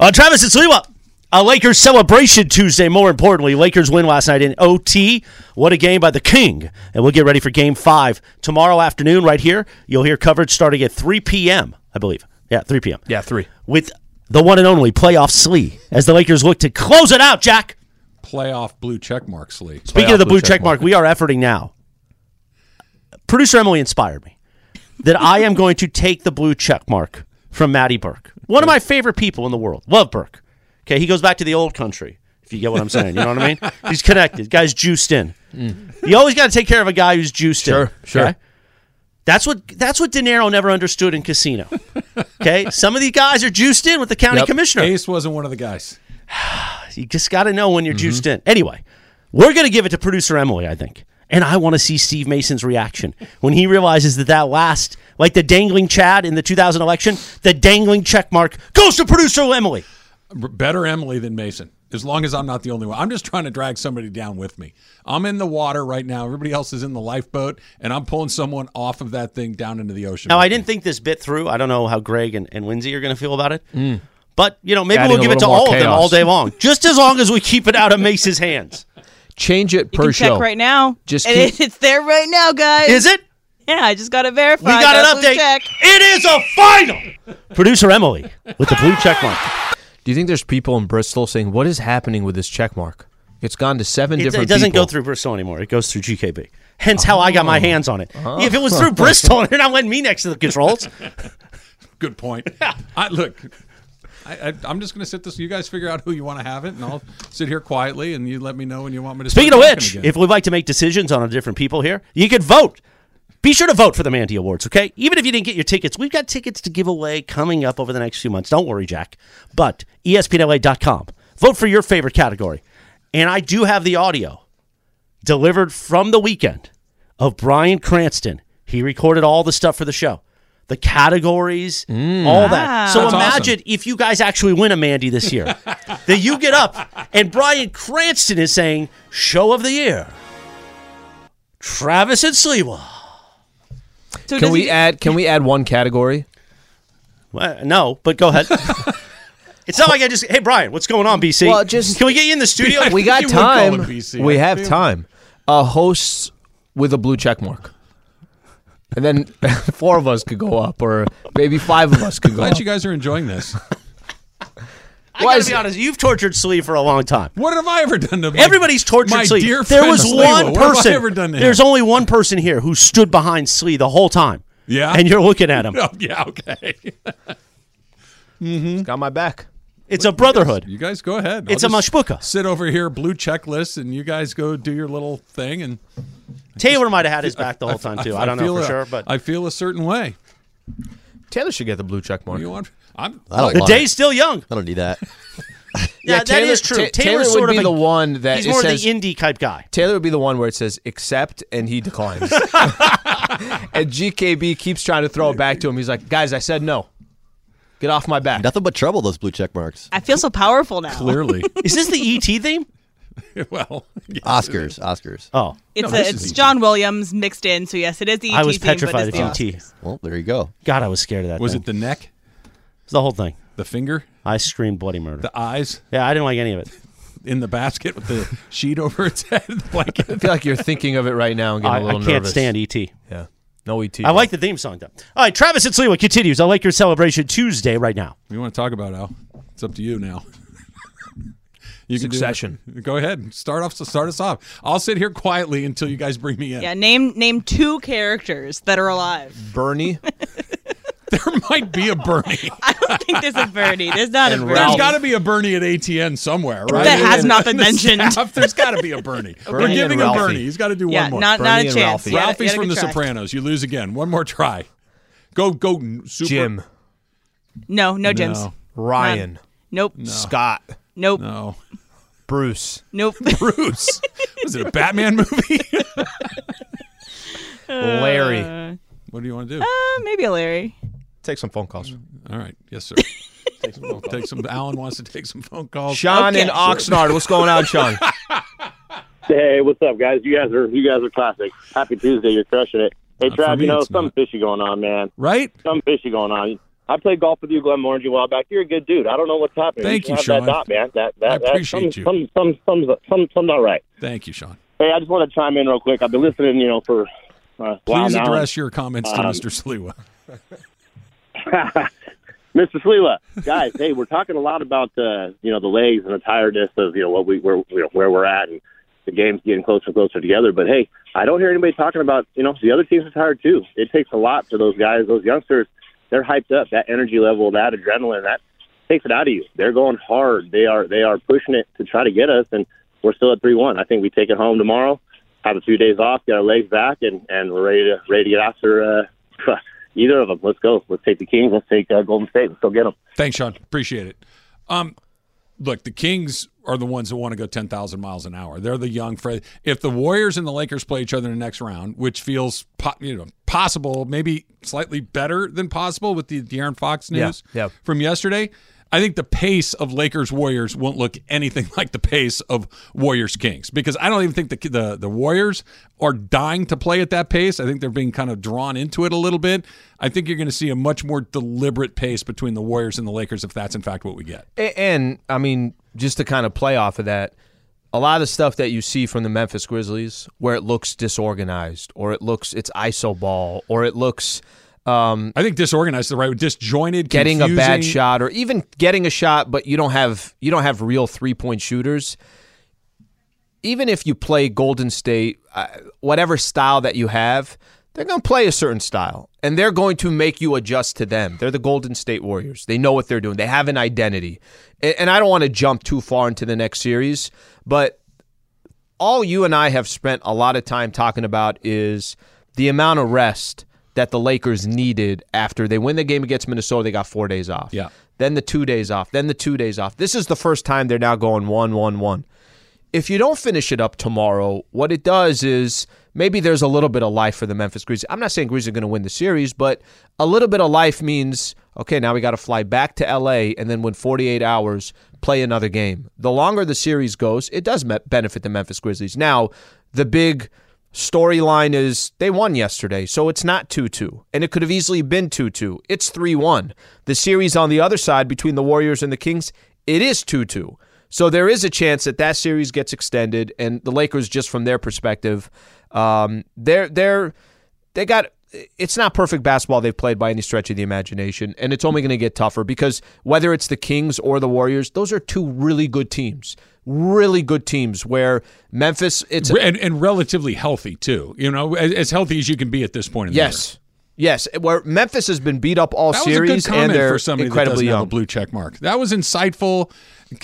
uh, Travis and Sliwa. A Lakers celebration Tuesday. More importantly, Lakers win last night in OT. What a game by the King. And we'll get ready for game five tomorrow afternoon, right here. You'll hear coverage starting at 3 p.m., I believe. Yeah, 3 p.m.
Yeah, three.
With the one and only playoff Slee as the Lakers look to close it out, Jack.
Playoff blue check mark, Slee.
Speaking of the blue check mark, we are efforting now. Producer Emily inspired me that I am going to take the blue check mark from Matty Burke, one of my favorite people in the world. Love Burke. Okay, he goes back to the old country. If you get what I'm saying, you know what I mean. He's connected. Guy's juiced in. You always got to take care of a guy who's juiced in.
Mm. Sure, sure.
okay? That's what that's what De Niro never understood in Casino. Okay, some of these guys are juiced in with the county
Yep.
commissioner.
Ace wasn't one of the guys.
You just got to know when you're juiced
Mm-hmm.
in. Anyway, we're going to give it to producer Emily, I think. And I want to see Steve Mason's reaction when he realizes that that last, like the dangling Chad in the 2000 election, the dangling check mark goes to producer Emily.
R- Better Emily than Mason. As long as I'm not the only one, I'm just trying to drag somebody down with me. I'm in the water right now. Everybody else is in the lifeboat, and I'm pulling someone off of that thing down into the ocean.
Now, I didn't think this bit through. I don't know how Greg and, and Lindsay are going to feel about it. But, you know, maybe
Mm. Adding
we'll
a
give it to
little more
all of them
chaos.
all day long, just as long as we keep it out of Mace's hands.
Change it
You
per
can
show.
check right now.
Just
And
keep-
it's there right now, guys.
Is it?
Yeah, I just got it
We
verified.
got
Got
an
a blue
update.
check.
It is a final. Producer Emily with the blue check mark.
Do you think there's people in Bristol saying, "What is happening with this check mark? It's gone to seven
It,
different."
it doesn't
people."
go through Bristol anymore. It goes through GKB. Hence how I got my hands on it. If it was through Bristol, they're not letting me next to the controls.
Good point. I look. I, I, I'm just going to sit this. You guys figure out who you want to have it, and I'll sit here quietly, and you let me know when you want me to.
Speaking of
start talking
which,
again.
if we'd like to make decisions on different people here, you could vote. Be sure to vote for the Mandy Awards, okay? Even if you didn't get your tickets, we've got tickets to give away coming up over the next few months. Don't worry, Jack. But E ESPNLA.com. Vote for your favorite category. And I do have the audio delivered from the weekend of Brian Cranston. He recorded all the stuff for the show, the categories, all that. So
That's
imagine if you guys actually win a Mandy this year, that you get up and Brian Cranston is saying, Show of the Year, Travis and Sliwa.
So
Can
does
we
he-
add? Can we add one category?
Well, no, but go ahead. It's not like I just, hey, Brian, what's going on, BC?
Well, just-
Can we get you in the studio?
we
think
got
you would call
time. Uh,
it BC.
We
I
have
think-
time. A host with a blue check mark. and then four of us could go up, or maybe five of us could go.
Glad
up.
you guys are enjoying this.
I gotta be honest. You've tortured Slee for a long time.
What have I ever done to
Everybody's tortured
my
Slee.
dear
there
friend
was
Slee.
one
What have I
person.
ever done to him?
there's only one person here who stood behind Slee the whole time.
Yeah?
and you're looking at him.
Oh, yeah, okay.
Got my back.
It's a brotherhood.
You guys go ahead.
It's a
just
mashpuka.
Sit over here, blue checklist, and you guys go do your little thing. And
Taylor might have had his back the whole time too. I, don't know
feel
for
a-
sure, but
I feel a certain way.
Taylor should get the blue check mark.
You want? I'm.
I don't
the
want
day's still young.
I don't need that.
Yeah, that is true.
Ta-
Taylor's
Taylor
sort
would
of
be
a-
the one that
He's
it
more of the
says,
indie type guy.
Taylor would be the one where it says accept and he declines. and GKB keeps trying to throw it back to him. He's like, guys, I said no. Get off my back.
Nothing but trouble. Those blue check marks.
I feel so powerful now.
Clearly,
Is this the ET theme?
well, yes,
Oscars. Oscars.
Oh,
It's
No,
a,
this is
it's
easy.
John Williams mixed in, so yes, it
E
is the. ET
I was
theme, but
petrified
it's E
of E
the
ET.
Oscars.
Well, there you go.
God, I was scared of that.
Was
thing.
it the neck,
It's the whole thing?
the finger,
I screamed bloody murder.
the eyes
yeah, I didn't like any of it.
in the basket with the sheet over its head, the
I
blanket?
feel like you're thinking of it right now and getting
I,
a
I
little
can't
nervous.
stand ET.
Yeah. No E ET.
I like the theme song though. All right, Travis and Sliwa continues. I like your celebration Tuesday right now.
You want to talk about Al? It's up to you now. You do it.
Succession.
Go ahead. Start off. Start us off. I'll sit here quietly until you guys bring me in.
Yeah, name name two characters that are alive.
Bernie.
There might be a Bernie.
I don't think there's a Bernie. There's not a
And
Bernie.
There's
Ralph.
got to be a Bernie at ATN somewhere, right?
That has
In-
not
in
been
the
mentioned.
staff, there's got to be a Bernie. We're
Bernie and
giving him
Ralphie.
Bernie. He's got to do
yeah,
one more.
not not
Bernie
a
and
chance.
Ralphie.
You gotta-
Ralphie's
you gotta
from The
get tried.
Sopranos. You lose again. One more try. Go, go, n- super.
Jim.
No, no Jims.
No.
Ryan.
Nope.
Scott.
Nope.
No.
Bruce.
Nope. Uh,
Bruce. Was it a Batman movie?
Larry.
what do you want to do?
Uh, maybe a Larry.
Take some phone calls.
All right. Yes, sir. Take some, take some. Alan wants to take some phone calls.
Sean
Okay.
and Oxnard. What's going on, Sean?
Hey, what's up, guys? You guys are you guys are classic. Happy Tuesday, you're crushing it. Hey,
Not for
Trav,
me,
you know
it's
something
not.
fishy going on, man.
Right?
Something fishy going on. I played golf with you, Glenn Morangy, a while back. You're a good dude. I don't know what's happening.
Thank
should
you,
have
Sean.
That dot, man. That that
I
that-
appreciate
some,
you.
Some some some some some some not right.
Thank you, Sean.
Hey, I just want to chime in real quick. I've been listening, you know, for uh, a while
Please
now.
address your comments to
Um,
Mr. Sliwa.
Mr. Slila, guys, hey, we're talking a lot about uh, you know the legs and the tiredness of you know what we where you know, where we're at and the game's getting closer and closer together. But hey, I don't hear anybody talking about you know the other teams are tired too. It takes a lot for those guys, those youngsters. They're hyped up. That energy level, that adrenaline, that takes it out of you. They're going hard. They are they are pushing it to try to get us, and we're still at three one. I think we take it home tomorrow, have a few days off, get our legs back, and and we're ready to ready to get after uh, either of them. Let's go. Let's take the Kings. Let's take uh, Golden State. Let's go get them.
Thanks, Sean. Appreciate it. Um, look, the Kings are the ones that want to go 10,000 miles an hour. They're the young Fred. If the Warriors and the Lakers play each other in the next round, which feels po- you know possible, maybe slightly better than possible with the De'Aaron Fox
Yeah,
news
yeah.
from yesterday, I think the pace of Lakers Warriors won't look anything like the pace of Warriors Kings because I don't even think the, the the Warriors are dying to play at that pace. I think they're being kind of drawn into it a little bit. I think you're going to see a much more deliberate pace between the Warriors and the Lakers if that's in fact what we get.
A- And I mean, just to kind of play off of that, a lot of the stuff that you see from the Memphis Grizzlies, where it looks disorganized, or it looks it's iso ball, or it looks um,
I think disorganized is the right word. Disjointed,
getting a bad
confusing.
shot, or even getting a shot, but you don't have you don't have real three point shooters. Even if you play Golden State, uh, whatever style that you have, they're going to play a certain style, and they're going to make you adjust to them. They're the Golden State Warriors. They know what they're doing. They have an identity, and, and I don't want to jump too far into the next series, but all you and I have spent a lot of time talking about is the amount of rest that the Lakers needed after they win the game against Minnesota. They got four days off.
Yeah.
Then the two days off. Then the two days off. This is the first time they're now going one, one, one. If you don't finish it up tomorrow, what it does is maybe there's a little bit of life for the Memphis Grizzlies. I'm not saying Grizzlies are going to win the series, but a little bit of life means okay, now we got to fly back to LA and then win 48 hours, play another game. The longer the series goes, it does me- benefit the Memphis Grizzlies. Now, the big storyline is they won yesterday, so it's not 2 2. And it could have easily been 2 2. It's 3 1. The series on the other side between the Warriors and the Kings, it is 2 2. So there is a chance that that series gets extended, and the Lakers, just from their perspective, um, they're they're they got it's not perfect basketball they've played by any stretch of the imagination, and it's only going to get tougher because whether it's the Kings or the Warriors, those are two really good teams, really good teams. Where Memphis, it's
and, and relatively healthy too. You know, as, as healthy as you can be at this point. in the year.
yes, yes, where Memphis has been beat up all
that was a
series,
good comment
and they're
for somebody
incredibly
that doesn't
young.
have a blue check mark. That was insightful,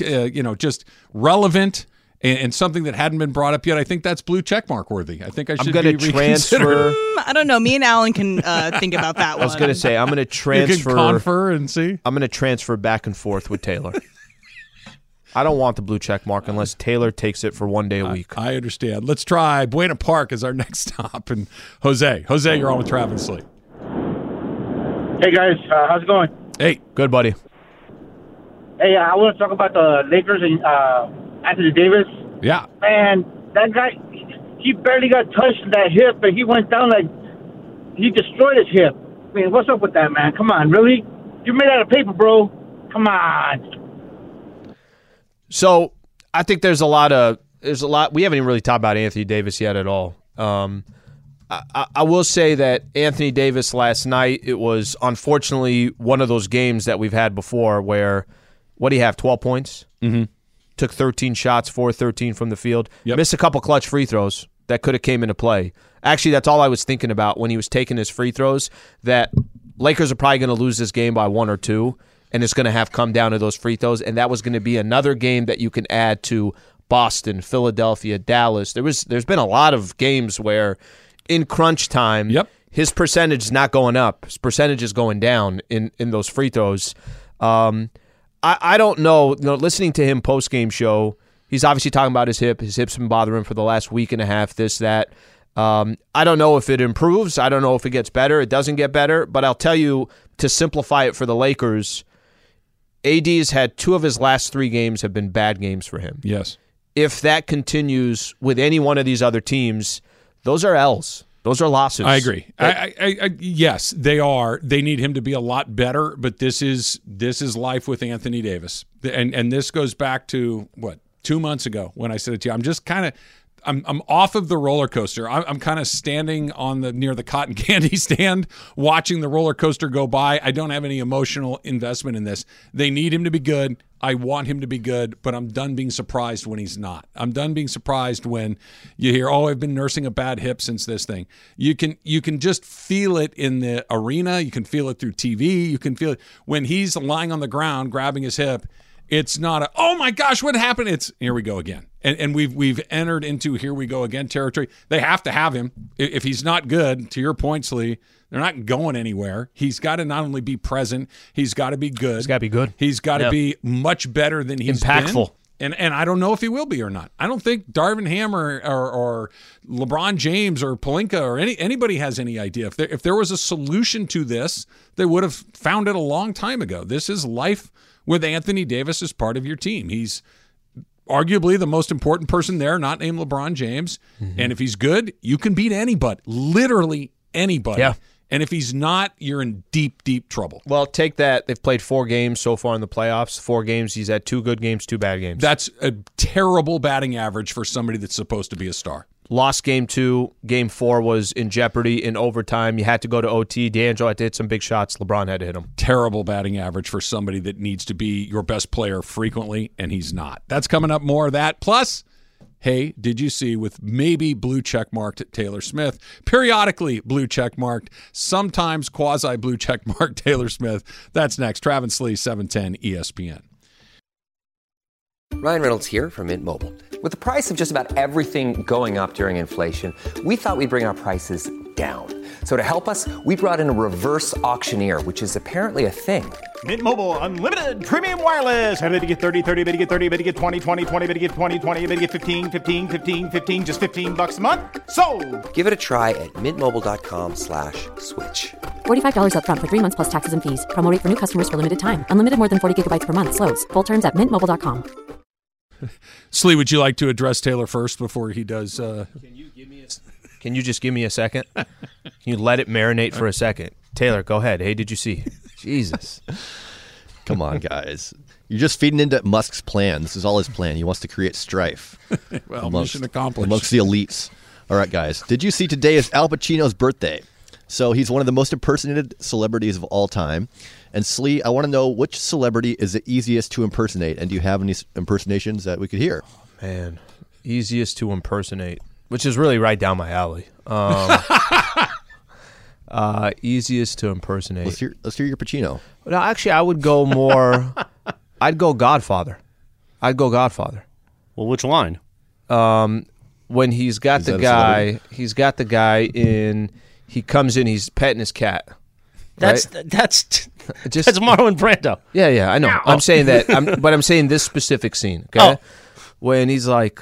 uh, you know, just relevant. And and something that hadn't been brought up yet, I think that's blue check mark worthy. I think I
I'm
should
gonna
be
transfer-
reconsidered.
Mm, I don't know. Me and Alan can uh, think about
I
that one.
was going to say I'm going to
can
transfer
confer and see.
I'm going to transfer back and forth with Taylor. I don't want the blue check mark unless Taylor takes it for one day a week.
I understand. Let's try Buena Park as our next stop. And Jose, Jose, you're on with Travis Lee.
Hey guys, uh, how's it going?
Hey,
good buddy.
Hey, I want to talk about the Lakers and uh, Anthony Davis.
Yeah.
Man, that guy, he barely got touched in that hip, but he went down like he destroyed his hip. I mean, what's up with that, man? Come on, really? You're made out of paper, bro. Come on.
So I think there's a lot of there's a lot we haven't even really talked about Anthony Davis yet at all. Um, I, I- I will say that Anthony Davis last night it was unfortunately one of those games that we've had before where what do you have 12 points? Mm-hmm. Took 13 shots, 4 13 from the field. Missed a couple clutch free throws that could have came into play. Actually, that's all I was thinking about when he was taking his free throws that Lakers are probably going to lose this game by one or two and it's going to have come down to those free throws and that was going to be another game that you can add to Boston, Philadelphia, Dallas. There was there's been a lot of games where in crunch time, yep. his percentage is not going up. His percentage is going down in in those free throws. Um, I, I don't know. You know, listening to him post game show, he's obviously talking about his hip. His hip's been bothering him for the last week and a half. This that. Um, I don't know if it improves. I don't know if it gets better. It doesn't get better. But I'll tell you to simplify it for the Lakers. AD's had two of his last three games have been bad games for him.
Yes.
If that continues with any one of these other teams, those are L's. Those are losses.
I agree. I,
That-
I, I, I, yes, they are. They need him to be a lot better, but this is this is life with Anthony Davis, and and this goes back to what two months ago when I said it to you. I'm just kind of. I'm, I'm off of the roller coaster. I'm, I'm kind of standing on the near the cotton candy stand, watching the roller coaster go by. I don't have any emotional investment in this. They need him to be good. I want him to be good, but I'm done being surprised when he's not. I'm done being surprised when you hear, "Oh, I've been nursing a bad hip since this thing." You can you can just feel it in the arena. You can feel it through TV. You can feel it when he's lying on the ground grabbing his hip. It's not a, "Oh my gosh, what happened?" It's here we go again, and and we've we've entered into here we go again territory. They have to have him I- if he's not good. To your points, Lee. They're not going anywhere. He's got to not only be present, he's got to be good. He's got to be good. He's got to
Yep.
be much better than he's been.
Impactful.
And and I don't know if he will be or not. I don't think Darvin Hammer or, or LeBron James or Palinka or any anybody has any idea. If there if there was a solution to this, they would have found it a long time ago. This is life with Anthony Davis as part of your team. He's arguably the most important person there, not named LeBron James.
Mm-hmm.
And if he's good, you can beat anybody, literally anybody.
Yeah.
And if he's not, you're in deep, deep trouble.
Well, take that. They've played four games so far in the playoffs. Four games. He's had two good games, two bad games.
That's a terrible batting average for somebody that's supposed to be a star.
Lost game two. Game four was in jeopardy in overtime. You had to go to OT. D'Angelo had to hit some big shots. LeBron had to hit them.
Terrible batting average for somebody that needs to be your best player frequently, and he's not. That's coming up more of that. Plus, hey, did you see with maybe blue check marked Taylor Smith, periodically blue check marked, sometimes quasi blue check marked Taylor Smith? That's next. Travis Lee, E 710 ESPN.
Ryan Reynolds here from Mint Mobile. With the price of just about everything going up during inflation, we thought we'd bring our prices down. So to help us, we brought in a reverse auctioneer, which is apparently a thing.
Mint Mobile unlimited premium wireless. Ready to get 30, 30, bit to get 30, bit to get 20, 20, 20, bit to get 20, 20, bit to get 15, 15, 15, 15 just 15 bucks a month. So,
Give it a try at mintmobile.com slash switch.
$45 upfront for three months plus taxes and fees. Promo rate for new customers for limited time. Unlimited more than 40 gigabytes per month. Slows. Full terms at mintmobile.com.
Slee, would you like to address Taylor first before he does? Uh,
Can you just give me a second? Can you let it marinate for a second? Taylor, go ahead. Hey, did you see? Jesus.
Come on, guys. You're just feeding into Musk's plan. This is all his plan. He wants to create strife.
Well, mission accomplished.
Amongst the elites. All right, guys. Did you see today is Al Pacino's birthday? So he's one of the most impersonated celebrities of all time. And Slee, I want to know which celebrity is the easiest to impersonate, and do you have any s- impersonations that we could hear?
Man, easiest to impersonate, which is really right down my alley. Um, uh, easiest to impersonate. Let's
hear, let's hear your Pacino.
No, actually, I would go more. I'd go Godfather. I'd go Godfather.
Well, which line?
Um, when he's got
Is
the
that a
guy,
celebrity?
he's got the guy in. He comes in. He's petting his cat.
That's
right?
that's just that's Marlon Brando.
Yeah, yeah, I know.
Ow. Oh.
I'm saying that, I'm, but I'm saying this specific scene. Okay, when he's like,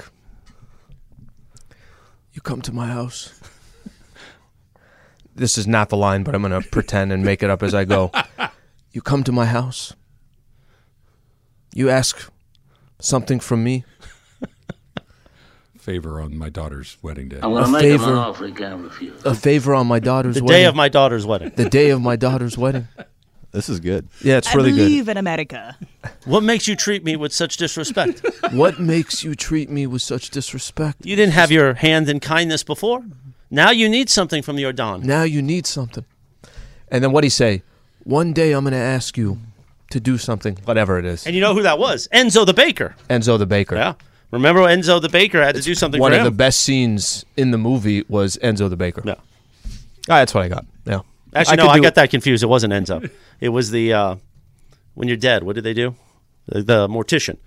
"You come to my house." This is not the line, but I'm gonna pretend and make it up as I go. You come to my house. You ask something from me.
Favor on my daughter's wedding day.
I'm gonna A make him an favor. offer he
can't refuse.
A favor on my daughter's
The day
wedding.
of my daughter's wedding.
The day of my daughter's wedding.
This is good.
Yeah, it's really
I
good.
believe in America.
What makes you treat me with such disrespect?
What makes you treat me with such disrespect?
You didn't have your hand in kindness before. Now you need something from your Don.
Now you need something. And then what he say? One day I'm going to ask you to do something, whatever it is.
And you know who that was? Enzo the Baker.
Enzo the Baker.
Yeah. Remember when Enzo the Baker had to do something
One
for
of the
him?
best scenes in the movie was Enzo the Baker. Yeah. that's what I got. Yeah.
Actually,
could
no, I
do
got that confused. It wasn't Enzo. It was the uh, when you're dead. What did they do? The, the mortician.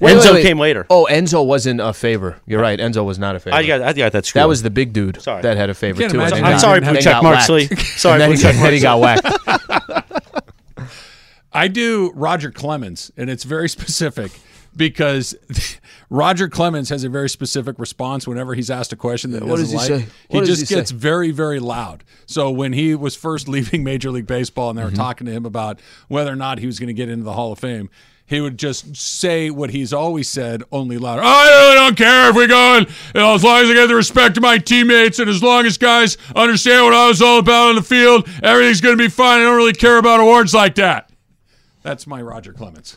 Wait,
Enzo
wait, wait.
came later.
Oh, Enzo wasn't a favor. You're right. Enzo was not a favor.
I got, I got that screwed.
That was the big dude
Sorry.
that had a favor
Can't
too. and
imagine
then
I'm
got-
sorry, blue
then
check
got
mark,
whacked.
Slee. Sorry,
And then
blue
he-
check
then he got
mark,
whacked.
I do Roger Clemens, and it's very specific because Roger Clemens has a very specific response whenever he's asked a question that he
What does
doesn't
he
like.
say? What does
just
he say?
gets very, very loud. So when he was first leaving Major League Baseball and they were
Mhm.
talking to him about whether or not he was going to get into the Hall of Fame, he would just say what he's always said, only louder. I really don't care if we go in, you know, as long as I get the respect of my teammates and as long as guys understand what I was all about on the field, everything's going to be fine. I don't really care about awards like that. That's my Roger Clemens.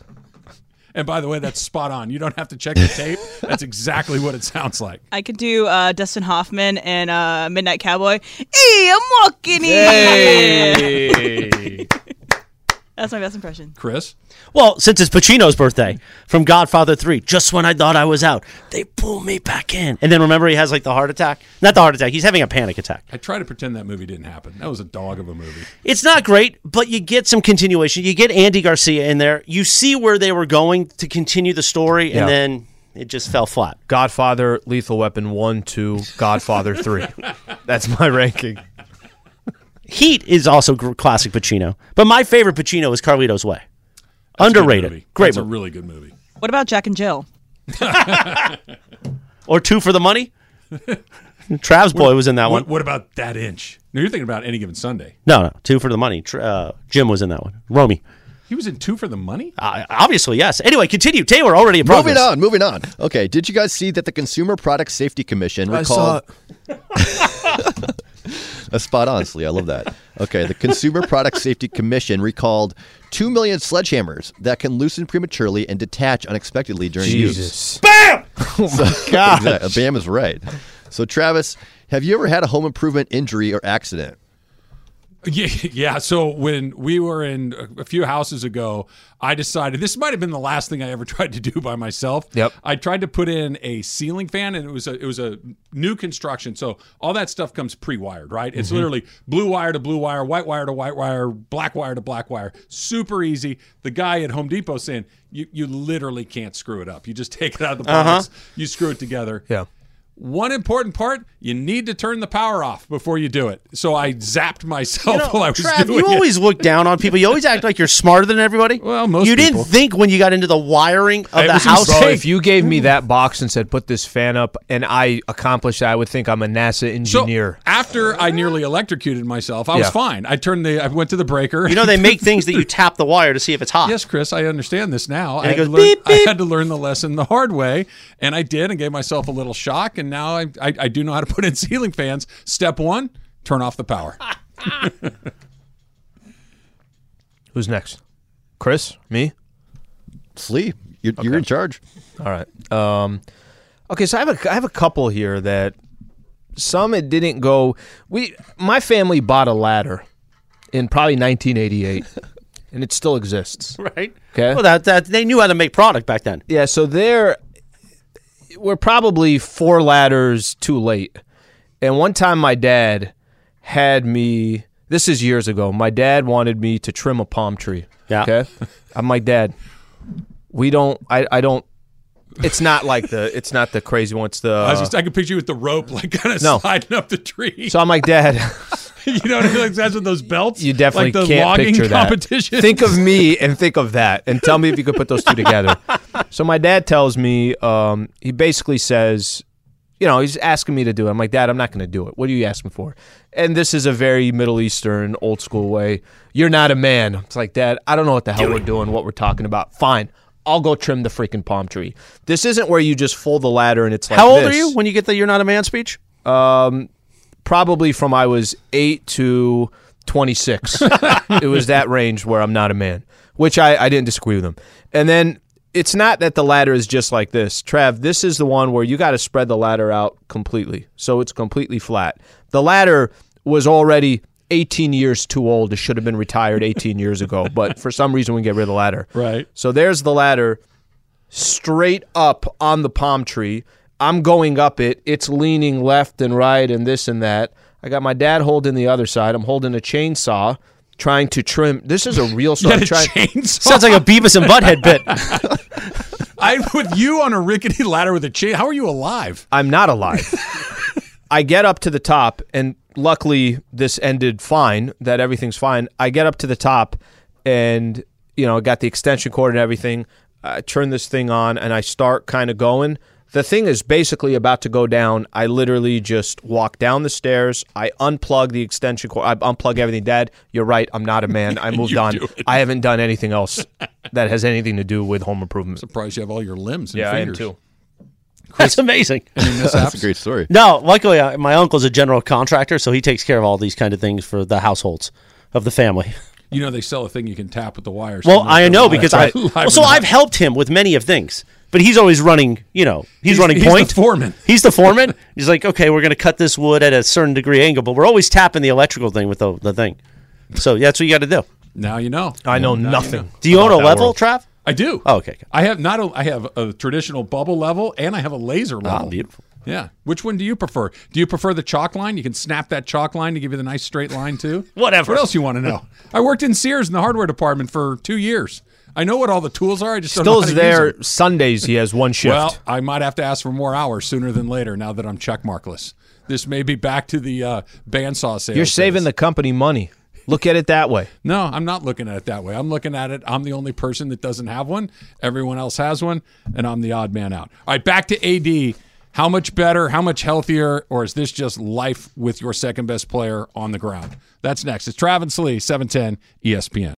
And by the way, that's spot on. You don't have to check the tape. That's exactly what it sounds like.
I could do uh, Dustin Hoffman and uh, Midnight Cowboy. Hey, I'm walking in. That's my best impression.
Chris?
Well, since it's Pacino's birthday from Godfather 3, just when I thought I was out, they pull me back in. And then remember, he has like the heart attack. Not the heart attack, he's having a panic attack.
I try to pretend that movie didn't happen. That was a dog of a movie.
It's not great, but you get some continuation. You get Andy Garcia in there. You see where they were going to continue the story,
Yeah.
and then it just fell flat.
Godfather, Lethal Weapon 1, 2, Godfather 3. That's my ranking.
Heat is also gr- classic Pacino, but my favorite Pacino is Carlito's Way. Underrated, great
That's a
movie.
really good movie.
What about Jack and Jill?
or two for the money. Trav's boy was in that
What,
one.
what about that inch? No, you're thinking about any given Sunday.
No, no, two for the money. Tr- Uh, Jim was in that one. Romy,
He was in Two for the Money?
uh, obviously yes. Anyway, continue. Taylor already in
Moving
progress.
on, moving on. Okay, did you guys see that the Consumer Product Safety Commission
I
recalled?
saw it.
That's spot on, Slee. I love that. Okay, the Consumer Product Safety Commission recalled 2 million sledgehammers that can loosen prematurely and detach unexpectedly during
Jesus.
use. BAM! So, exactly, Bam is right. So, Travis, have you ever had a home improvement injury or accident?
Yeah, yeah. So when we were in a- a few houses ago, I decided this might have been the last thing I ever tried to do by myself.
Yep.
I tried to put in a ceiling fan, and it was a it was a new construction, so all that stuff comes pre-wired, right? It's
Mhm.
literally blue wire to blue wire, white wire to white wire, black wire to black wire. Super easy. The guy at Home Depot saying you you literally can't screw it up. You just take it out of the box, you screw it together.
Uh-huh. Yeah.
One important part, you need to turn the power off before you do it. So I zapped myself while I was
Trav,
doing
you
it.
always look down on people. You always act like you're smarter than everybody. Well, most you
people.
didn't think when you got into the wiring of the house.
Bro, if you gave me that box and said, put this fan up, and I accomplished that, I would think I'm a NASA engineer.
After I nearly electrocuted myself, I was
Yeah.
fine. I turned the, I went to the breaker.
you know they make things that you tap the wire to see if it's hot.
Yes, Chris, I understand this now.
And
I,
it
had
goes
to learn,
beep,
I had to learn the lesson the hard way, and I did, and gave myself a little shock. And now I, I, I do know how to put in ceiling fans. Step one: turn off the power.
Who's next? Chris? Me?
Slee, you're, you're in charge.
All right. Um, okay, so I have a, I have a couple here that Some it didn't go. We my family bought a ladder in probably 1988, and it still exists.
Right.
Okay.
Well, that, that they knew how to make product back then.
Yeah. So there, we're probably four ladders too late. And one time, my dad had me. This is years ago. My dad wanted me to trim a palm tree. Yeah. Okay. I'm like, Dad, we don't. I, I don't. It's not like the. It's not the crazy one. It's the.
I, was just, I could picture you with the rope, like kind of
No.
sliding up the tree.
so I'm like, Dad.
you know what I mean? Like that's with those belts.
You definitely
like the
can't
logging
picture that.
competition.
Think of me and think of that, and tell me if you could put those two together. so my dad tells me, um, he basically says, you know, he's asking me to do it. I'm like, Dad, I'm not going to do it. What are you asking for? And this is a very Middle Eastern, old school way. You're not a man. It's like, Dad, I don't know what the hell we're doing, what we're talking about. Fine. I'll go trim the freaking palm tree. This isn't where you just fold the ladder and it's like
How old are
this.
you when you get the "You're Not a Man" speech?
Um, probably from I was eight to twenty six. it was that range where I'm not a man, which I, I didn't disagree with him. And then it's not that the ladder is just like this, Trav. This is the one where you got to spread the ladder out completely, so it's completely flat. The ladder was already. 18 years too old. It should have been retired 18 years ago, but for some reason we get rid of the ladder. Right. So there's the ladder straight up on the palm tree. I'm going up it. It's leaning left and right and this and that. I got my dad holding the other side. I'm holding a chainsaw trying to trim. This is a real story.
got a
Trying-
chainsaw?
Sounds like a Beavis and Butthead bit.
I with you on a rickety ladder with a chain. How are you alive?
I'm not alive. I get up to the top, and luckily this ended fine, that everything's fine. I get up to the top and, you know, I got the extension cord and everything. I turn this thing on and I start kind of going. The thing is basically about to go down. I literally just walk down the stairs. I unplug the extension cord. I unplug everything. Dad, you're right. I'm not a man. I moved
You
on.
do it.
I haven't done anything else that has anything to do with home improvement.
Surprised you have all your limbs. And
Yeah, I am
fingers.
too.
That's amazing.
That's a great story.
No, luckily uh, my uncle's a general contractor, so he takes care of all these kind of things for the households of the family.
You know they sell a thing you can tap with the wires.
Well,
to
I
make
know
the
because I
wires
well,
live
so
and
I've helped him with many of things, but he's always running. You know, he's,
He's-
running
he's the
point.
foreman.
He's the foreman. he's like, okay, we're going to cut this wood at a certain degree angle, but we're always tapping the electrical thing with the, the thing. So that's what you got to do.
Now you know.
I know
Now
nothing.
Do you own
about
a
that
level,
world.
Trav?
I do.
Oh, okay.
I have not. A, I have a traditional bubble level, and I have a laser level.
Ah, beautiful.
Yeah. Which one do you prefer? Do you prefer the chalk line? You can snap that chalk line to give you the nice straight line too.
Whatever.
What else you want to know? I worked in Sears in the hardware department for two years. I know what all the tools are. I just don't know
Still
how to
is
use them.
there Sundays. He has one shift.
Well, I might have to ask for more hours sooner than later. Now that I'm checkmarkless, this may be back to the uh, bandsaw sales.
You're saving the company money. Look at it that way.
No, I'm not looking at it that way. I'm looking at it. I'm the only person that doesn't have one. Everyone else has one, and I'm the odd man out. All right, back to AD. How much better? How much healthier? Or is this just life with your second best player on the ground? That's next. It's Travis Lee, 710 ESPN.